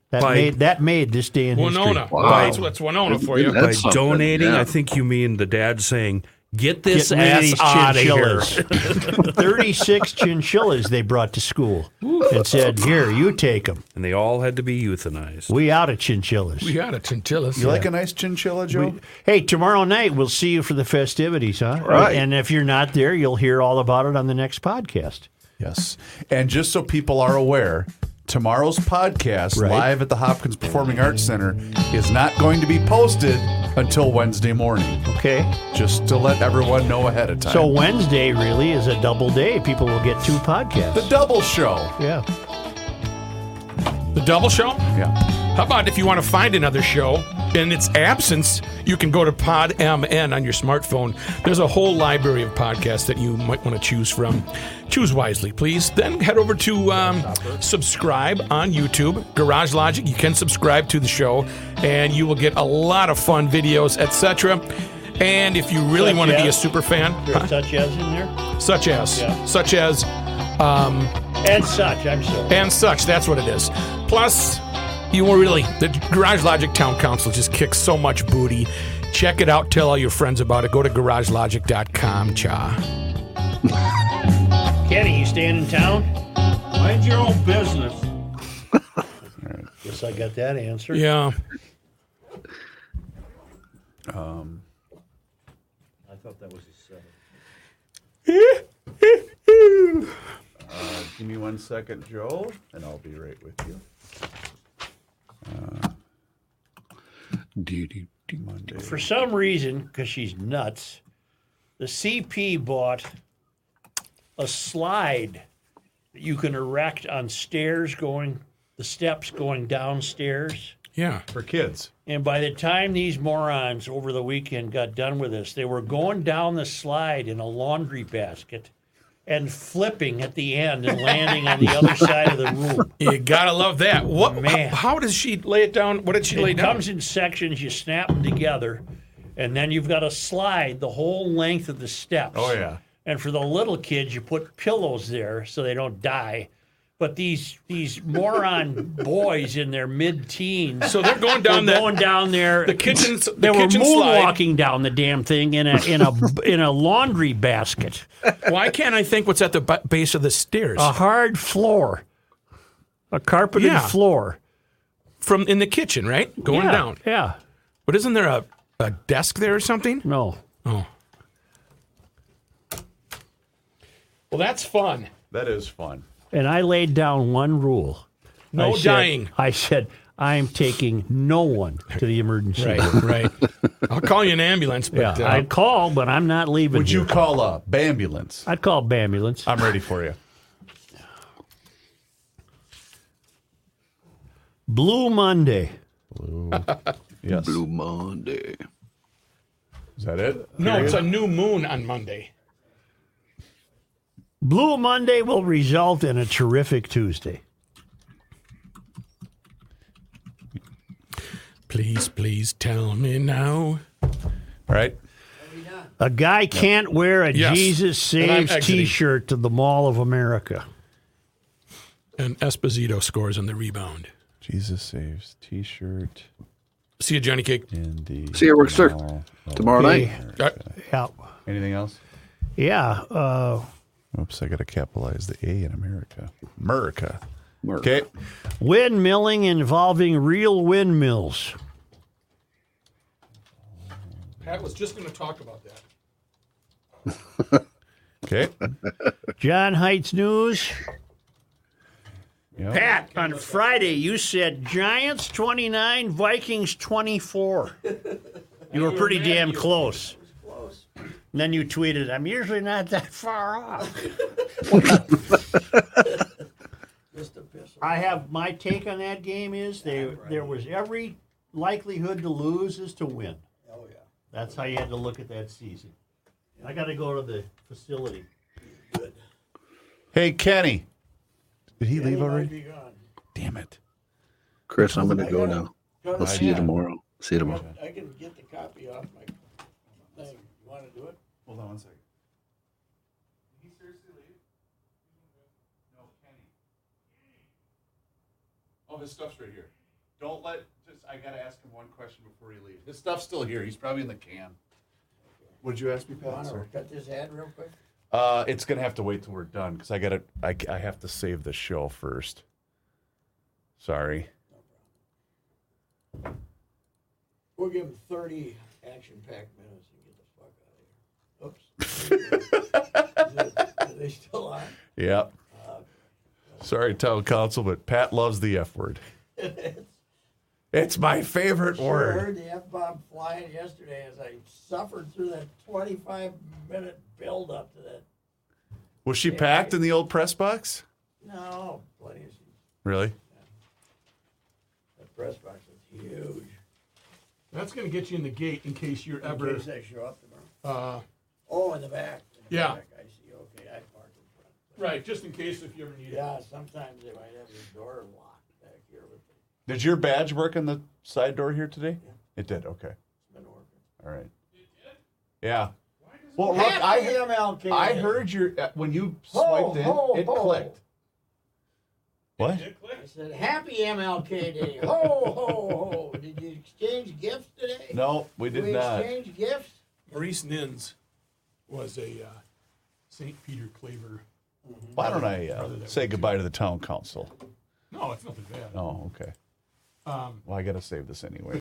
That, By- made, that made this day in Winona. history. That's, that's Winona for you. By donating, I think you mean the dad saying, "Get this Get rid of ass these out of here." chinchillas. 36 chinchillas they brought to school and said, Here, you take them. and they all had to be euthanized. We out of chinchillas. We got a chinchillas. You like a nice chinchilla, Joe? We- hey, tomorrow night we'll see you for the festivities, huh? Right. And if you're not there, you'll hear all about it on the next podcast. Yes. And just so people are aware, tomorrow's podcast, Right. live at the Hopkins Performing Arts Center, is not going to be posted until Wednesday morning. Okay. Just to let everyone know ahead of time. So Wednesday really is a double day. People will get two the podcasts. double show. Yeah. The double show? Yeah. How about if you want to find another show in its absence, you can go to PodMN on your smartphone. There's a whole library of podcasts that you might want to choose from. Choose wisely, please. Then head over to um, subscribe on YouTube, Garage Logic. You can subscribe to the show, and you will get a lot of fun videos, etc. And if you really Such want to be a as? super fan, There's such as in there. such as, Yeah. such as, um, And such, I'm sorry. and such. That's what it is. Plus, you will really, the Garage Logic Town Council just kicks so much booty. Check it out. Tell all your friends about it. Go to garagelogic.com. Cha. Kenny, you staying in town? Mind your own business. Guess I got that answer. Yeah. I thought that was his. Uh, Give me one second, Joe, and I'll be right with you. Do, do, do. For some reason, because she's nuts, the CP bought a slide that you can erect on stairs going, the steps going downstairs. Yeah. For kids. And by the time these morons over the weekend got done with this, they were going down the slide in a laundry basket and flipping at the end and landing on the other side of the room. You gotta love that. What Oh, Man. How, how does she lay it down? What did she lay It down? comes in sections, you snap them together, and then you've got to slide the whole length of the steps. Oh, yeah. And for the little kids, you put pillows there so they don't die. But these these moron boys in their mid teens So they're going down were that- going down there the kitchen- the they were kitchen moonwalking slide. down the damn thing in a in a in a laundry basket. Why can't I think what's at the b- base of the stairs? A hard floor. A carpeted Yeah. floor. From in the kitchen, right? Going Yeah, down. Yeah. But isn't there a, a desk there or something? No. Oh. Well, that's fun. That is fun. And I laid down one rule No I said- dying. I said, I'm taking no one to the emergency Right, room. right. I'll call you an ambulance, Yeah, but uh, I'd call, but I'm not leaving. Would you Uh, here. call a ambulance? I'd call ambulance. I'm ready for you. Blue Monday. Yes. Blue Monday. Is that it? no, it's a new moon on Monday. Blue Monday will result in a terrific Tuesday. Please, please tell me now. All right. A guy can't wear a Yes. Jesus And I'm Saves exiting. T-shirt to the Mall of America. And Esposito scores on the rebound. Jesus saves T-shirt. See you, Johnny Cake. See you at work, sir. Tomorrow Hey. night. Yeah, Anything else? yeah. Uh, Oops, I got to capitalize the A in America. America. Okay. windmilling involving real windmills. Pat was just going to talk about that. Okay. John Heights News. Yep. Pat, on Friday you said Giants 29, Vikings 24. You were pretty damn close. And then you tweeted, I'm usually not that far off. I have my take on that game is there there was every likelihood to lose is to win. Oh yeah. That's how you had to look at that season. I got to go to the facility. Hey, Kenny. Did he leave already? Damn it. Chris, I'm going to go now. I'll see you tomorrow. See you tomorrow. I can get the copy off my thing. You wanna do it? Hold on one second. All Oh, his stuff's right here. Don't let. Just I gotta ask him one question before he leaves. His stuff's still here. He's probably in the can. What did you ask me, Pat? Sorry. Cut this ad real quick. Uh, it's gonna have to wait till we're done because I gotta. I, I have to save the show first. Sorry. We'll give him thirty action-packed minutes and get the fuck out of here. Oops. Is it- Are they still on? Yep. Sorry, town council, but Pat loves the F word. It's my favorite Sure word. heard the F-bomb flying yesterday as I suffered through that twenty-five minute build-up to that. Was she packed in the old press box? No, plenty of, Really? that press box is huge. That's going to get you in the gate in case you're In ever. case I show up tomorrow. Uh, Oh, in the back. In the Yeah. back, I see, okay, I parked in front. right, just in case if you ever need Yeah, sometimes they might have the door locked back here, but Did your badge work on the side door here today? It did. Okay. it's been working. All right. Yeah. Well, look, Half the I, MLK. I heard your uh, when you swiped in, ho, it ho. clicked. What? I said, Happy MLK Day. Ho, ho, ho. Did you exchange gifts today? No, we did we not. exchange gifts? Maurice Nins was a uh, St. Peter Claver. Why don't I uh, Brother that say goodbye to the town council? No, it's nothing bad. Oh, okay. Um, Well, I got to save this anyway.